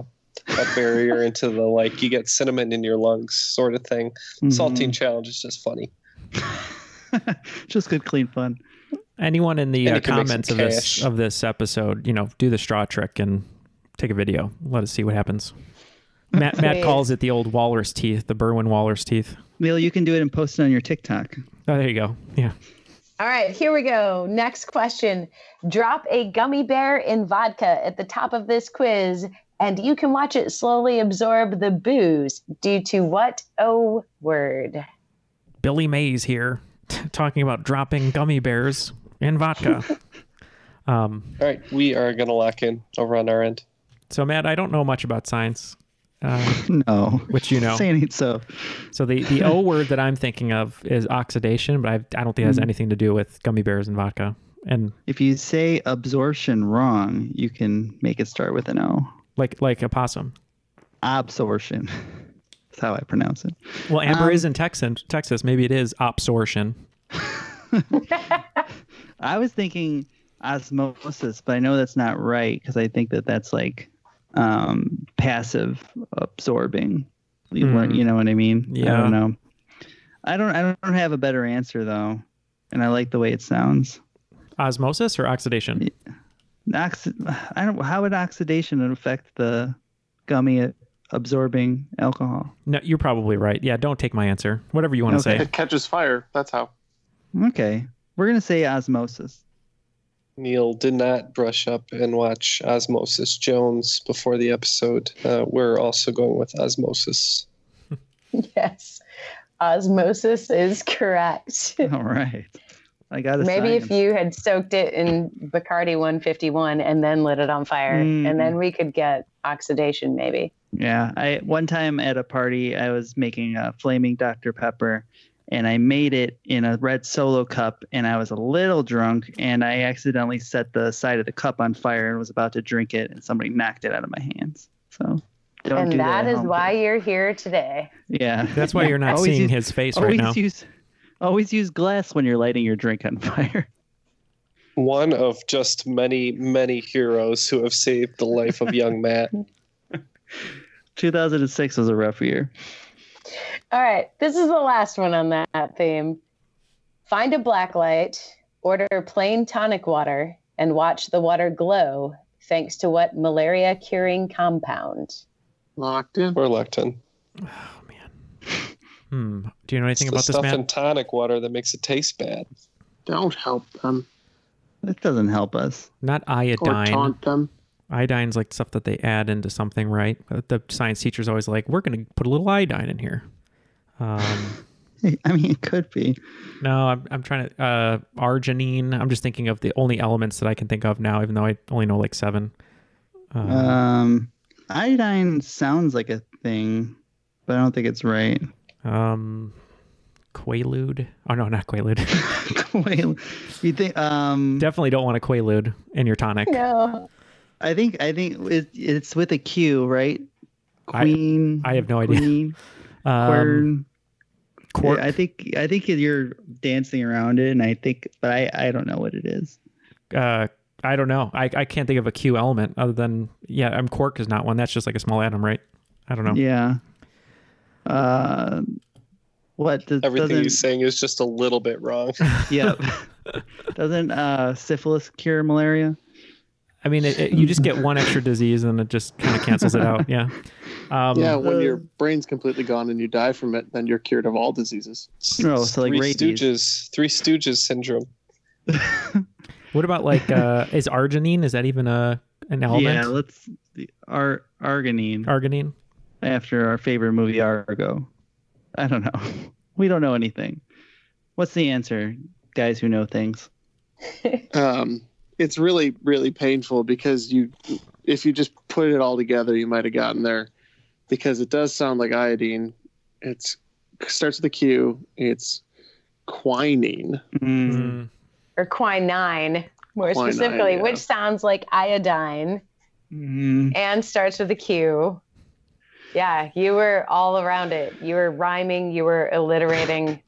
S2: a barrier into the like you get cinnamon in your lungs sort of thing.
S4: Mm-hmm.
S2: Saltine challenge is just funny.
S4: Just good, clean fun.
S1: Anyone in the
S2: And
S1: uh,
S2: you can make some
S1: comments of this
S2: cash.
S1: of this episode, you know, do the straw trick and take a video. Let us see what happens. Matt, Matt
S4: Sweet.
S1: calls it the old walrus teeth, the Berwyn walrus teeth.
S4: Neil, you can do it and post it on your TikTok.
S1: Oh, there you go. Yeah.
S3: All right, here we go. Next question. Drop a gummy bear in vodka at the top of this quiz, and you can watch it slowly absorb the booze due to what O word?
S1: Billy Mays here talking about dropping gummy bears in vodka. um,
S2: All right, we are gonna lock in over on our end.
S1: So, Matt, I don't know much about science. Uh,
S4: no,
S1: which you know.
S4: Saying it so.
S1: So the the O word that I'm thinking of is oxidation, but I, I don't think it has
S4: Mm.
S1: anything to do with gummy bears and vodka. And
S4: If you say absorption wrong, you can make it start with an O.
S1: like like a possum.
S4: Absorption. That's how I pronounce it.
S1: Well, Amber
S4: Um,
S1: is in Texas. Texas, maybe it is absorption.
S4: I was thinking osmosis, but I know that's not right because I think that that's like um, passive absorbing. You, learn-
S1: Hmm.
S4: you know what I mean? I
S1: Yeah.
S4: don't know. I don't. I don't have a better answer though, and I like the way it sounds.
S1: Osmosis or oxidation?
S4: Oxi- I don't. How would oxidation affect the gummy a- absorbing alcohol?
S1: No, you're probably right. Yeah, don't take my answer. Whatever you want to
S4: Okay.
S1: say.
S5: It catches fire. That's how.
S4: Okay, we're gonna say osmosis.
S2: Neil did not brush up and watch Osmosis Jones before the episode. Uh, we're also going with Osmosis.
S3: Yes. Osmosis is correct.
S4: All right. I got it.
S3: Maybe if you had soaked it in Bacardi 151 and then lit it on fire,
S4: Mm.
S3: and then we could get oxidation, maybe.
S4: Yeah, I one time at a party I was making a flaming Dr Pepper, and I made it in a red Solo cup, and I was a little drunk, and I accidentally set the side of the cup on fire and was about to drink it, and somebody knocked it out of my hands. So don't
S3: and
S4: do that.
S3: that
S4: at
S3: is
S4: home.
S3: why you're here today.
S4: Yeah,
S1: That's why you're not
S4: Always
S1: seeing
S4: use-
S1: his face right
S4: always
S1: now.
S4: Use, always use glass when you're lighting your drink on fire.
S2: One of just many, many heroes who have saved the life of young Matt.
S4: 2006 was a rough year.
S3: All right. This is the last one on that theme. Find a black light, order plain tonic water, and watch the water glow thanks to what malaria curing compound?
S5: Locked in.
S2: We're locked in.
S1: Hmm. Do you know anything
S2: It's
S1: about
S2: the
S1: this,
S2: stuff
S1: Matt?
S2: in tonic water that makes it taste bad.
S5: Don't help them
S4: It doesn't help us.
S1: Not
S5: or
S1: iodine.
S5: taunt them.
S1: Iodine's like stuff that they add into something, right? Uh, The science teacher's always like, we're going to put a little iodine in here. Um,
S4: I mean, it could be.
S1: No, I'm, I'm trying to uh, arginine. I'm just thinking of the only elements that I can think of now, even though I only know like seven. Uh,
S4: Um, iodine sounds like a thing, but I don't think it's right.
S1: Um, Quaalude. Oh no, not Quaalude.
S4: Quaalude. You think? Um,
S1: Definitely don't want a Quaalude in your tonic.
S3: No.
S4: I think I think it, it's with a Q, right? Queen.
S1: I have no idea.
S4: Queen,
S1: Um,
S4: quern. Yeah, I think I think you're dancing around it, and I think, but I I don't know what it is.
S1: uh, I don't know. I, I can't think of a Q element other than yeah. I'm quark is not one. That's just like a small atom, right? I don't know.
S4: Yeah. Uh, what does
S2: Everything
S4: doesn't,
S2: he's saying is just a little bit wrong.
S4: yeah. doesn't uh, syphilis cure malaria?
S1: I mean, it, it- you just get one extra disease and it just kind of cancels it out. Yeah. Um,
S5: yeah, when your brain's completely gone and you die from it, then you're cured of all diseases.
S4: No, so like
S2: Three
S4: rabies.
S2: Stooges, Three Stooges syndrome.
S1: What about like uh, is arginine? Is that even a an
S4: Yeah,
S1: element?
S4: let's the ar- arginine
S1: Arginine.
S4: after our favorite movie Argo. I don't know. We don't know anything. What's the answer, guys who know things?
S5: Um, it's really, really painful because you, if you just put it all together, you might have gotten there, because it does sound like iodine. It's starts with a Q. It's quinine.
S4: Mm-hmm. Mm.
S3: or quinine more
S5: Quinine,
S3: specifically,
S5: yeah.
S3: which sounds like iodine
S2: Hmm.
S4: Mm.
S3: and starts with a Q. Yeah, you were all around it. You were rhyming, you were alliterating.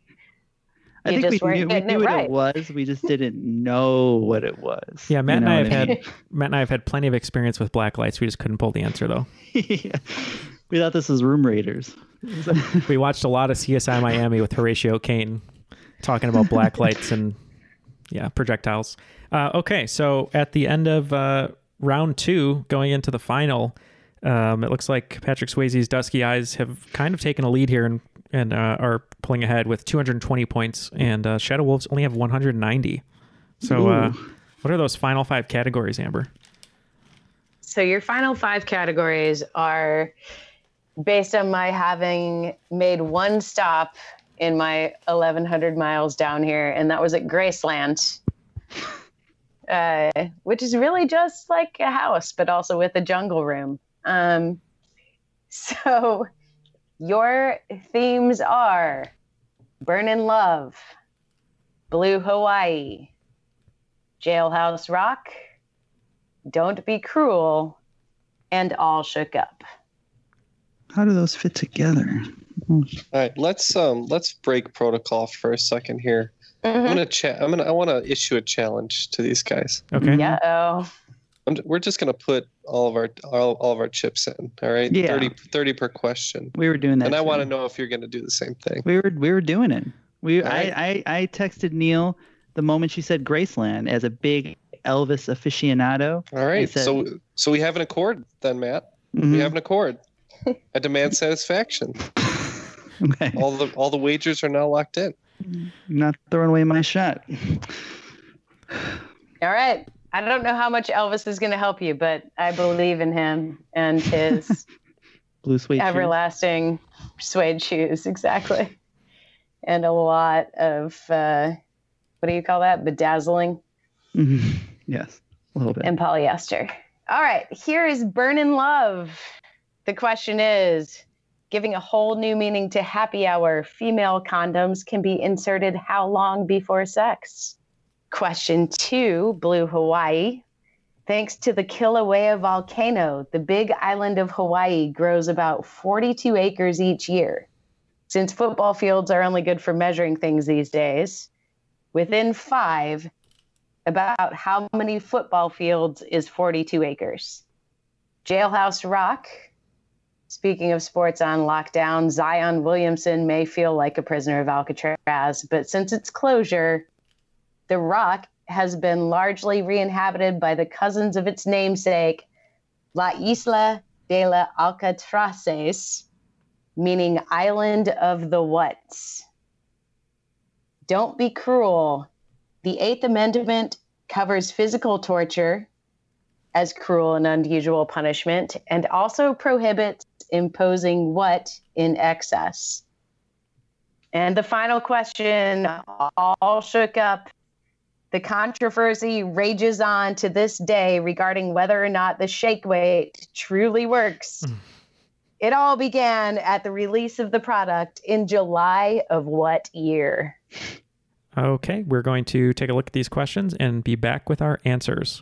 S4: I think
S3: you just
S4: we
S3: weren't
S4: knew, we
S3: getting
S4: knew
S3: it
S4: what
S3: right.
S4: it was. We just didn't know what it was.
S1: Yeah, Matt
S4: You
S1: and I
S4: know
S1: have
S4: what
S1: had Matt and I have had plenty of experience with black lights. We just couldn't pull the answer though.
S4: mean? Yeah. We thought this was Room Raiders.
S1: we watched a lot of CSI Miami with Horatio Kane talking about black lights and yeah, projectiles. Uh, okay, so at the end of uh, round two, going into the final, um, it looks like Patrick Swayze's Dusky Eyes have kind of taken a lead here and and uh, are pulling ahead with 220 points, and uh, Shadow Wolves only have 190. So, uh, what are those final five categories, Amber?
S3: So your final five categories are based on my having made one stop in my 1100 miles down here, and that was at Graceland, uh, which is really just like a house, but also with a jungle room. Um, so your themes are Burn in Love, Blue Hawaii, Jailhouse Rock, don't Be Cruel, and All Shook Up.
S4: How do those fit together?
S2: All right, let's um let's break protocol for a second here. I'm
S4: Mm-hmm.
S3: Mm-hmm.
S2: gonna cha- I'm gonna I want to issue a challenge to these guys.
S1: Okay.
S3: Yeah. Oh,
S2: I'm, we're just gonna put all of our all, all of our chips in. All right.
S4: Yeah.
S2: 30, 30 per question.
S4: We were doing that.
S2: And I
S4: too.
S2: want to know if you're gonna do the same thing.
S4: We were we were doing it. We
S2: All
S4: I, I I texted Neil the moment she said Graceland as a big Elvis aficionado.
S2: All right.
S4: said- Mm-hmm.
S2: So so we have an accord then, Matt. We have an accord. I demand satisfaction.
S4: Okay,
S2: All the all the wagers are now locked in.
S4: not throwing away my shot.
S3: all right. I don't know how much Elvis is going to help you, but I believe in him and his
S4: Blue suede. shoes.
S3: everlasting suede shoes. Exactly. And a lot of, uh, what do you call that? Bedazzling
S4: Mhm. yes, a little bit.
S3: and polyester. All right. Here is Burn in Love. The question is giving a whole new meaning to happy hour. Female condoms can be inserted how long before sex? Question two Blue Hawaii. Thanks to the Kilauea volcano, the big island of Hawaii grows about 42 acres each year. Since football fields are only good for measuring things these days, within five, about how many football fields is 42 acres? Jailhouse Rock. Speaking of sports on lockdown, Zion Williamson may feel like a prisoner of Alcatraz, but since its closure, the rock has been largely re-inhabited by the cousins of its namesake, La Isla de la Alcatraces, meaning island of the what's. Don't be cruel. The Eighth Amendment covers physical torture as cruel and unusual punishment and also prohibits imposing what in excess. And the final question, all shook up. The controversy rages on to this day regarding whether or not the shake weight truly works. It all began at the release of the product in July of what year?
S1: Okay, we're going to take a look at these questions and be back with our answers.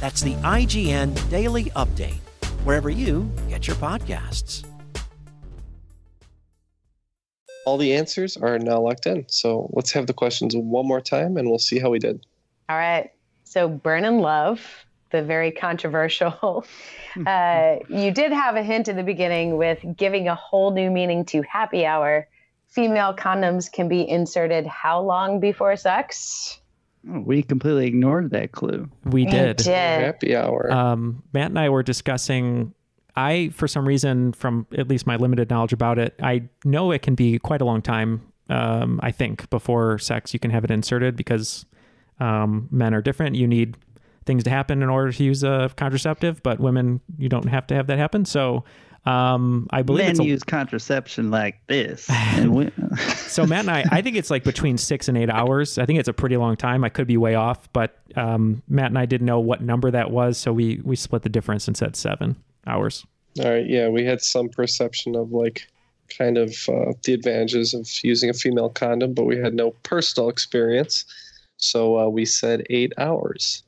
S9: That's the IGN Daily Update, wherever you get your podcasts.
S2: All the answers are now locked in. So let's have the questions one more time and we'll see how we did.
S3: All right. So, Burn in Love, the very controversial. uh, you did have a hint in the beginning with giving a whole new meaning to happy hour. Female condoms can be inserted how long before sex?
S4: Oh, we completely ignored that clue.
S1: We did.
S3: did. Happy
S2: hour.
S1: Um, Matt and I were discussing. I, for some reason, from at least my limited knowledge about it, I know it can be quite a long time. Um, I think before sex, you can have it inserted because um, men are different. You need things to happen in order to use a contraceptive, but women, you don't have to have that happen. So um, I believe
S4: Men
S1: it's a,
S4: use contraception like this. and we,
S1: so Matt and I, I think it's like between six and eight hours. I think it's a pretty long time. I could be way off, but um, Matt and I didn't know what number that was, so we we split the difference and said seven hours.
S2: All right. Yeah, we had some perception of like kind of uh, the advantages of using a female condom, but we had no personal experience. So uh, we said eight hours.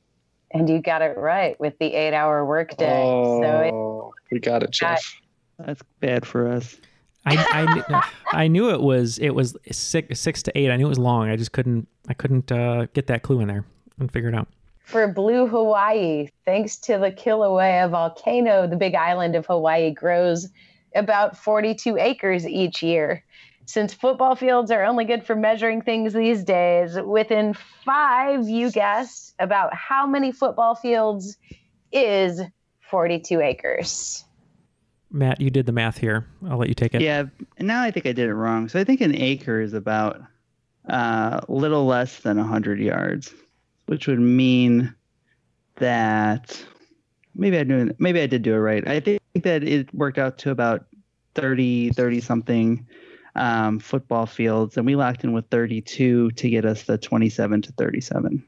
S3: And you got it right with the eight hour workday. so,
S2: Oh, we got it, Jeff.
S4: That's bad for us.
S1: I, I, kn- I knew it was it was six six to eight. I knew it was long. I just couldn't I couldn't uh, get that clue in there and figure it out.
S3: for Blue Hawaii, thanks to the Kilauea volcano, the big island of Hawaii grows about 42 acres each year. Since football fields are only good for measuring things these days, within five, you guessed about how many football fields is 42 acres.
S1: Matt, you did the math here. I'll let you take it.
S4: Yeah, now I think I did it wrong. So I think an acre is about uh, a little less than 100 yards, which would mean that maybe I knew, maybe I did do it right. I think that it worked out to about 30, 30 something um, football fields, and we locked in with 32 to get us the 27 to 37.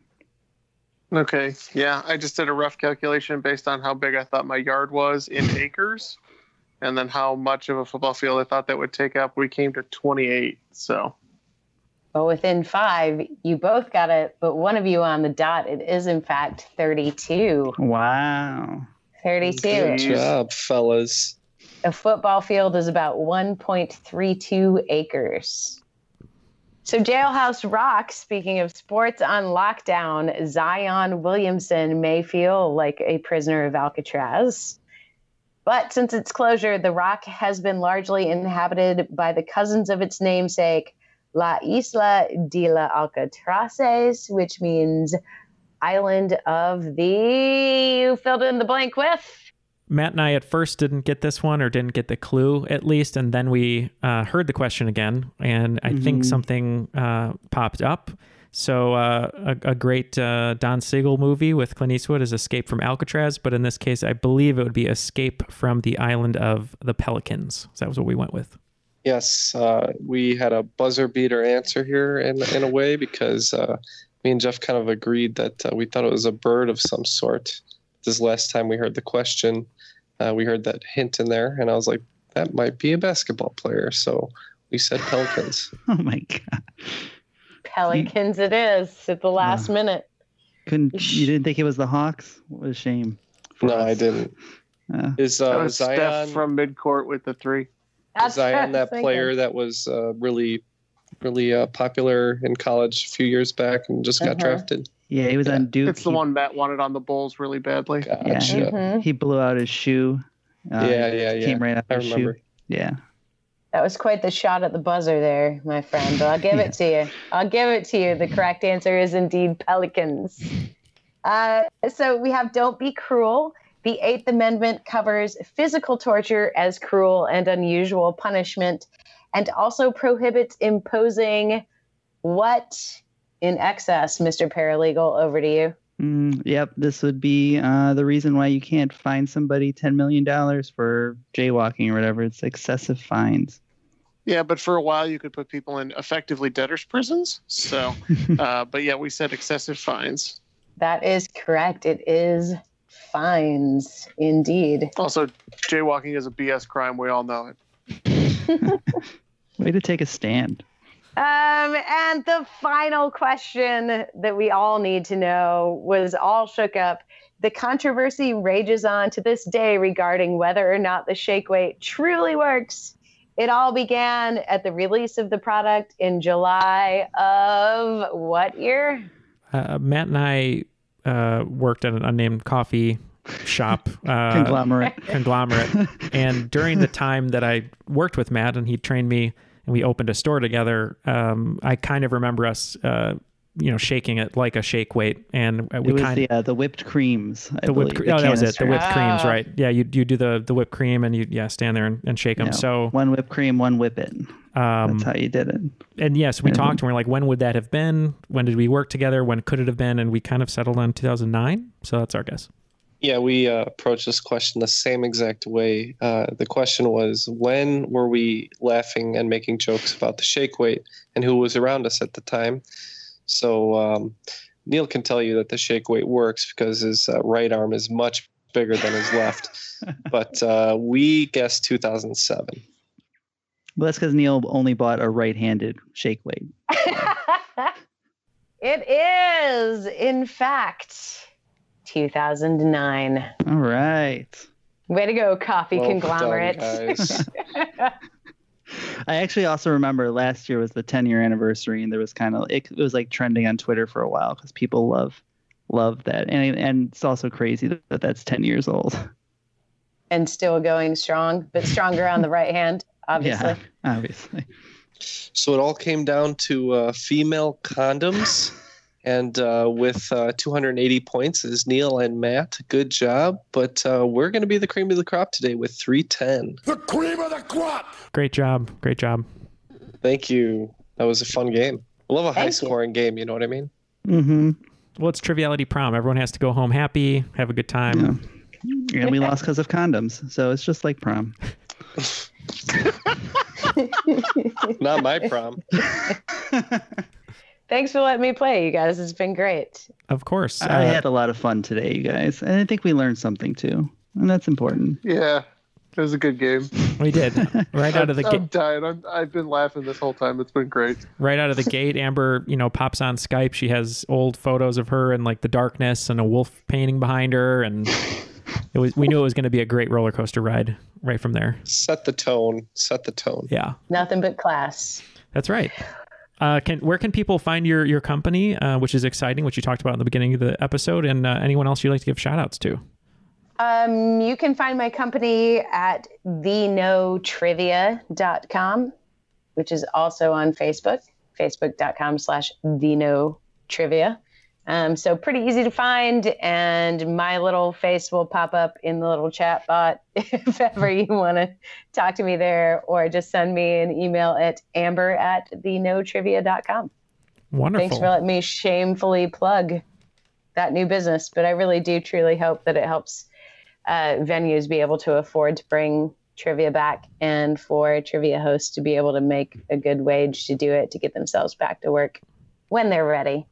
S5: Okay. Yeah, I just did a rough calculation based on how big I thought my yard was in acres, and then how much of a football field I thought that would take up. We came to 28. So
S3: But within five, you both got it, but one of you on the dot, it is in fact 32.
S4: Wow.
S3: 32.
S2: Good job, fellas.
S3: A football field is about 1.32 acres. So, Jailhouse Rock, speaking of sports on lockdown, Zion Williamson may feel like a prisoner of Alcatraz. But since its closure, the rock has been largely inhabited by the cousins of its namesake, La Isla de la Alcatraces, which means island of the. You filled in the blank with.
S1: Matt and I at first didn't get this one or didn't get the clue at least, and then we uh, heard the question again, and I think
S10: Mhm.
S1: something uh, popped up. So uh, a, a great uh, Don Siegel movie with Clint Eastwood is Escape from Alcatraz, but in this case, I believe it would be Escape from the Island of the Pelicans. So that was what we went with.
S2: Yes, uh, we had a buzzer beater answer here in, in a way because uh, me and Jeff kind of agreed that uh, we thought it was a bird of some sort. This last time we heard the question, uh, we heard that hint in there, and I was like, that might be a basketball player. So we said Pelicans.
S4: Oh my god!
S3: Pelicans it is at the last minute.
S4: Couldn't you didn't think it was the Hawks? What a shame.
S2: No, I didn't. Is
S5: That
S2: uh,
S5: was Steph
S2: Zion
S5: from midcourt with the three.
S3: That's
S2: Zion
S3: what I was
S2: that player
S3: thinking.
S2: that was uh, really, really uh, popular in college a few years back and just got
S5: Uh-huh.
S2: drafted?
S4: Yeah, he was on Duke.
S5: It's the
S4: He-
S5: one Matt wanted on the Bulls really badly.
S4: Yeah, he, he blew out his shoe. Uh,
S2: Yeah, yeah, yeah.
S4: Um, Came right out
S2: I
S4: of his shoe.
S2: remember.
S4: Yeah.
S3: That was quite the shot at the buzzer there, my friend. But I'll give it to you. I'll give it to you. The correct answer is indeed pelicans. Uh, so we have Don't Be Cruel. The Eighth Amendment covers physical torture as cruel and unusual punishment and also prohibits imposing what in excess, Mr. Paralegal? Over to you.
S4: Mm, yep, this would be uh, the reason why you can't fine somebody $10 million for jaywalking or whatever. It's excessive fines.
S5: Yeah, but for a while you could put people in effectively debtors' prisons. So, uh, but yeah, we said excessive fines.
S3: That is correct. It is fines, indeed.
S5: Also, jaywalking is a BS crime. We all know it.
S4: Way to take a stand.
S3: Um, and the final question that we all need to know was all shook up. The controversy rages on to this day regarding whether or not the shake weight truly works. It all began at the release of the product in July of what year?
S1: Uh, Matt and I uh, worked at an unnamed coffee shop uh,
S4: Conglomerate.
S1: conglomerate. and during the time that I worked with Matt and he trained me and we opened a store together, um, I kind of remember us, uh, you know, shaking it like a shake weight, and we
S4: it was
S1: kind
S4: the, uh, the whipped creams. I
S1: the whipped
S4: believe,
S1: cream. Oh, that was it. The
S4: canisters.
S1: whipped creams, right? Yeah, you you do the the whipped cream and you yeah stand there and, and shake them.
S4: Yeah.
S1: So
S4: one whipped cream, one whip it.
S1: Um,
S4: That's how you did it.
S1: and yes, we
S4: And-
S1: talked and we are like, when would that have been? When did we work together? When could it have been? And we kind of settled on 2009. So that's our guess.
S2: Yeah, we uh, approached this question the same exact way. Uh, the question was, when were we laughing and making jokes about the shake weight, and who was around us at the time? So um, Neil can tell you that the shake weight works because his uh, right arm is much bigger than his left. but uh, we guessed 2007.
S4: Well, that's because Neil only bought a right handed shake weight.
S3: It is, in fact, 2009.
S4: All right.
S3: Way to go, coffee
S4: Well done,
S3: conglomerate.
S4: guys. I actually also remember last year was the 10 year anniversary, and there was kind of it, it was like trending on Twitter for a while because people love love that, and and it's also crazy that that's 10 years old.
S3: and still going strong, but stronger on the right hand, obviously.
S4: Yeah, obviously.
S2: So it all came down to uh, female condoms. And uh, with uh, 280 points is Neil and Matt. Good job. But uh, we're going to be the cream of the crop today with 310.
S7: The cream of the crop.
S1: Great job. Great job.
S2: Thank you. That was a fun game. I love a high scoring game. You know what I mean?
S4: Mm-hmm.
S1: Well, it's Triviality Prom. Everyone has to go home happy, have a good time.
S4: And we lost because of condoms, so it's just like prom.
S2: Not my prom.
S3: Thanks for letting me play, you guys. It's been great.
S1: Of course.
S4: I
S1: uh,
S4: had a lot of fun today, you guys, and I think we learned something too, and that's important.
S5: Yeah, it was a good game.
S1: We did right out of the
S5: I'm,
S1: gate.
S5: I'm dying. I'm, I've been laughing this whole time. It's been great.
S1: Right out of the gate, Amber, you know, pops on Skype. She has old photos of her in like the darkness and a wolf painting behind her, and it was we knew it was going to be a great roller coaster ride right from there.
S2: Set the tone. Set the tone.
S1: Yeah,
S3: Nothing but class.
S1: that's right. Uh, can where can people find your your company, uh, which is exciting, which you talked about in the beginning of the episode, and uh, anyone else you'd like to give shout outs to?
S3: Um, you can find my company at thenotrivia.com, which is also on Facebook, facebook.com slash thenotrivia. Um, so pretty easy to find, and my little face will pop up in the little chat bot if ever you want to talk to me there, or just send me an email at amber at thenotrivia.com.
S1: Wonderful.
S3: Thanks for letting me shamefully plug that new business, but I really do truly hope that it helps uh, venues be able to afford to bring trivia back and for trivia hosts to be able to make a good wage to do it to get themselves back to work when they're ready,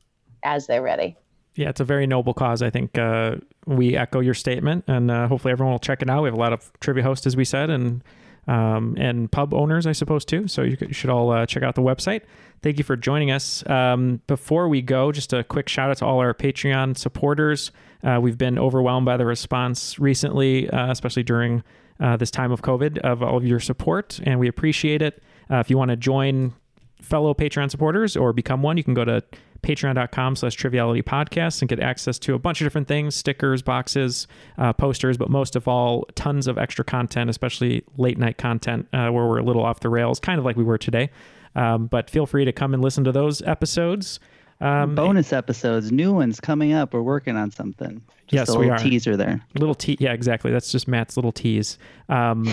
S3: as they're ready.
S1: Yeah, it's a very noble cause. I think uh, we echo your statement, and uh, hopefully everyone will check it out. We have a lot of trivia hosts, as we said, and um, and pub owners, I suppose, too. So you could- you should all uh, check out the website. Thank you for joining us. Um, before we go, just a quick shout out to all our Patreon supporters. Uh, we've been overwhelmed by the response recently, uh, especially during uh, this time of COVID, of all of your support, and we appreciate it. Uh, if you want to join fellow Patreon supporters or become one, you can go to patreon.com slash triviality podcast and get access to a bunch of different things stickers boxes uh, posters but most of all tons of extra content especially late night content uh, where we're a little off the rails kind of like we were today um, but feel free to come and listen to those episodes um,
S4: Bonus episodes, new ones coming up. We're working on something. Just
S1: yes,
S4: a
S1: we
S4: little
S1: are.
S4: Teaser there.
S1: Little te- yeah, exactly. That's just Matt's little tease. Um,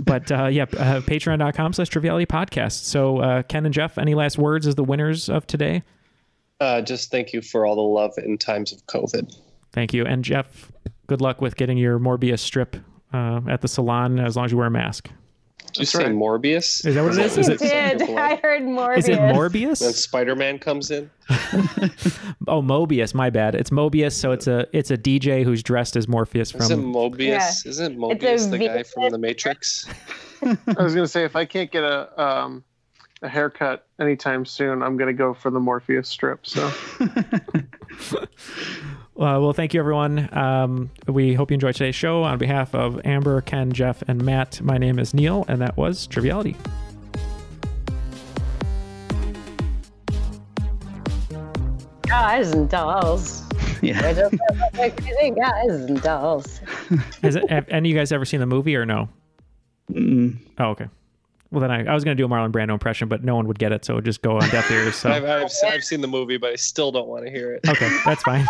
S1: but uh, yeah, uh, patreon.com slash triviality podcast. So uh, Ken and Jeff, any last words as the winners of today?
S2: Uh, just thank you for all the love in times of COVID.
S1: Thank you. And Jeff, good luck with getting your Morbius strip uh, at the salon as long as you wear a mask.
S2: Did you say Morbius?
S1: Is that what it is? Is
S3: I
S1: it-
S3: did. I heard Morbius.
S1: Is it Morbius?
S2: Then Spider Man comes in.
S1: Oh, Mobius. My bad. It's Mobius. So it's a it's a DJ who's dressed as Morpheus from.
S2: Isn't Mobius?
S5: Yeah.
S2: Isn't
S5: It's
S2: Mobius
S5: a
S2: the
S5: V-
S2: guy from The Matrix?
S5: I was gonna say if I can't get a um, a haircut anytime soon, I'm gonna go for the Morpheus strip. So
S1: Uh, well, thank you, everyone. Um, we hope you enjoyed today's show. On behalf of Amber, Ken, Jeff, and Matt, my name is Neil, and that was Triviality.
S3: Guys and dolls.
S4: Yeah.
S3: They're just like crazy guys and dolls.
S1: Has it, have any of you guys ever seen the movie or no?
S4: Mm-hmm.
S1: Oh, okay. Well, then I, I was going to do a Marlon Brando impression, but no one would get it, so it would just go on deaf ears. So
S2: I've, I've, se- I've seen the movie, but I still don't want to hear it.
S1: okay, that's fine.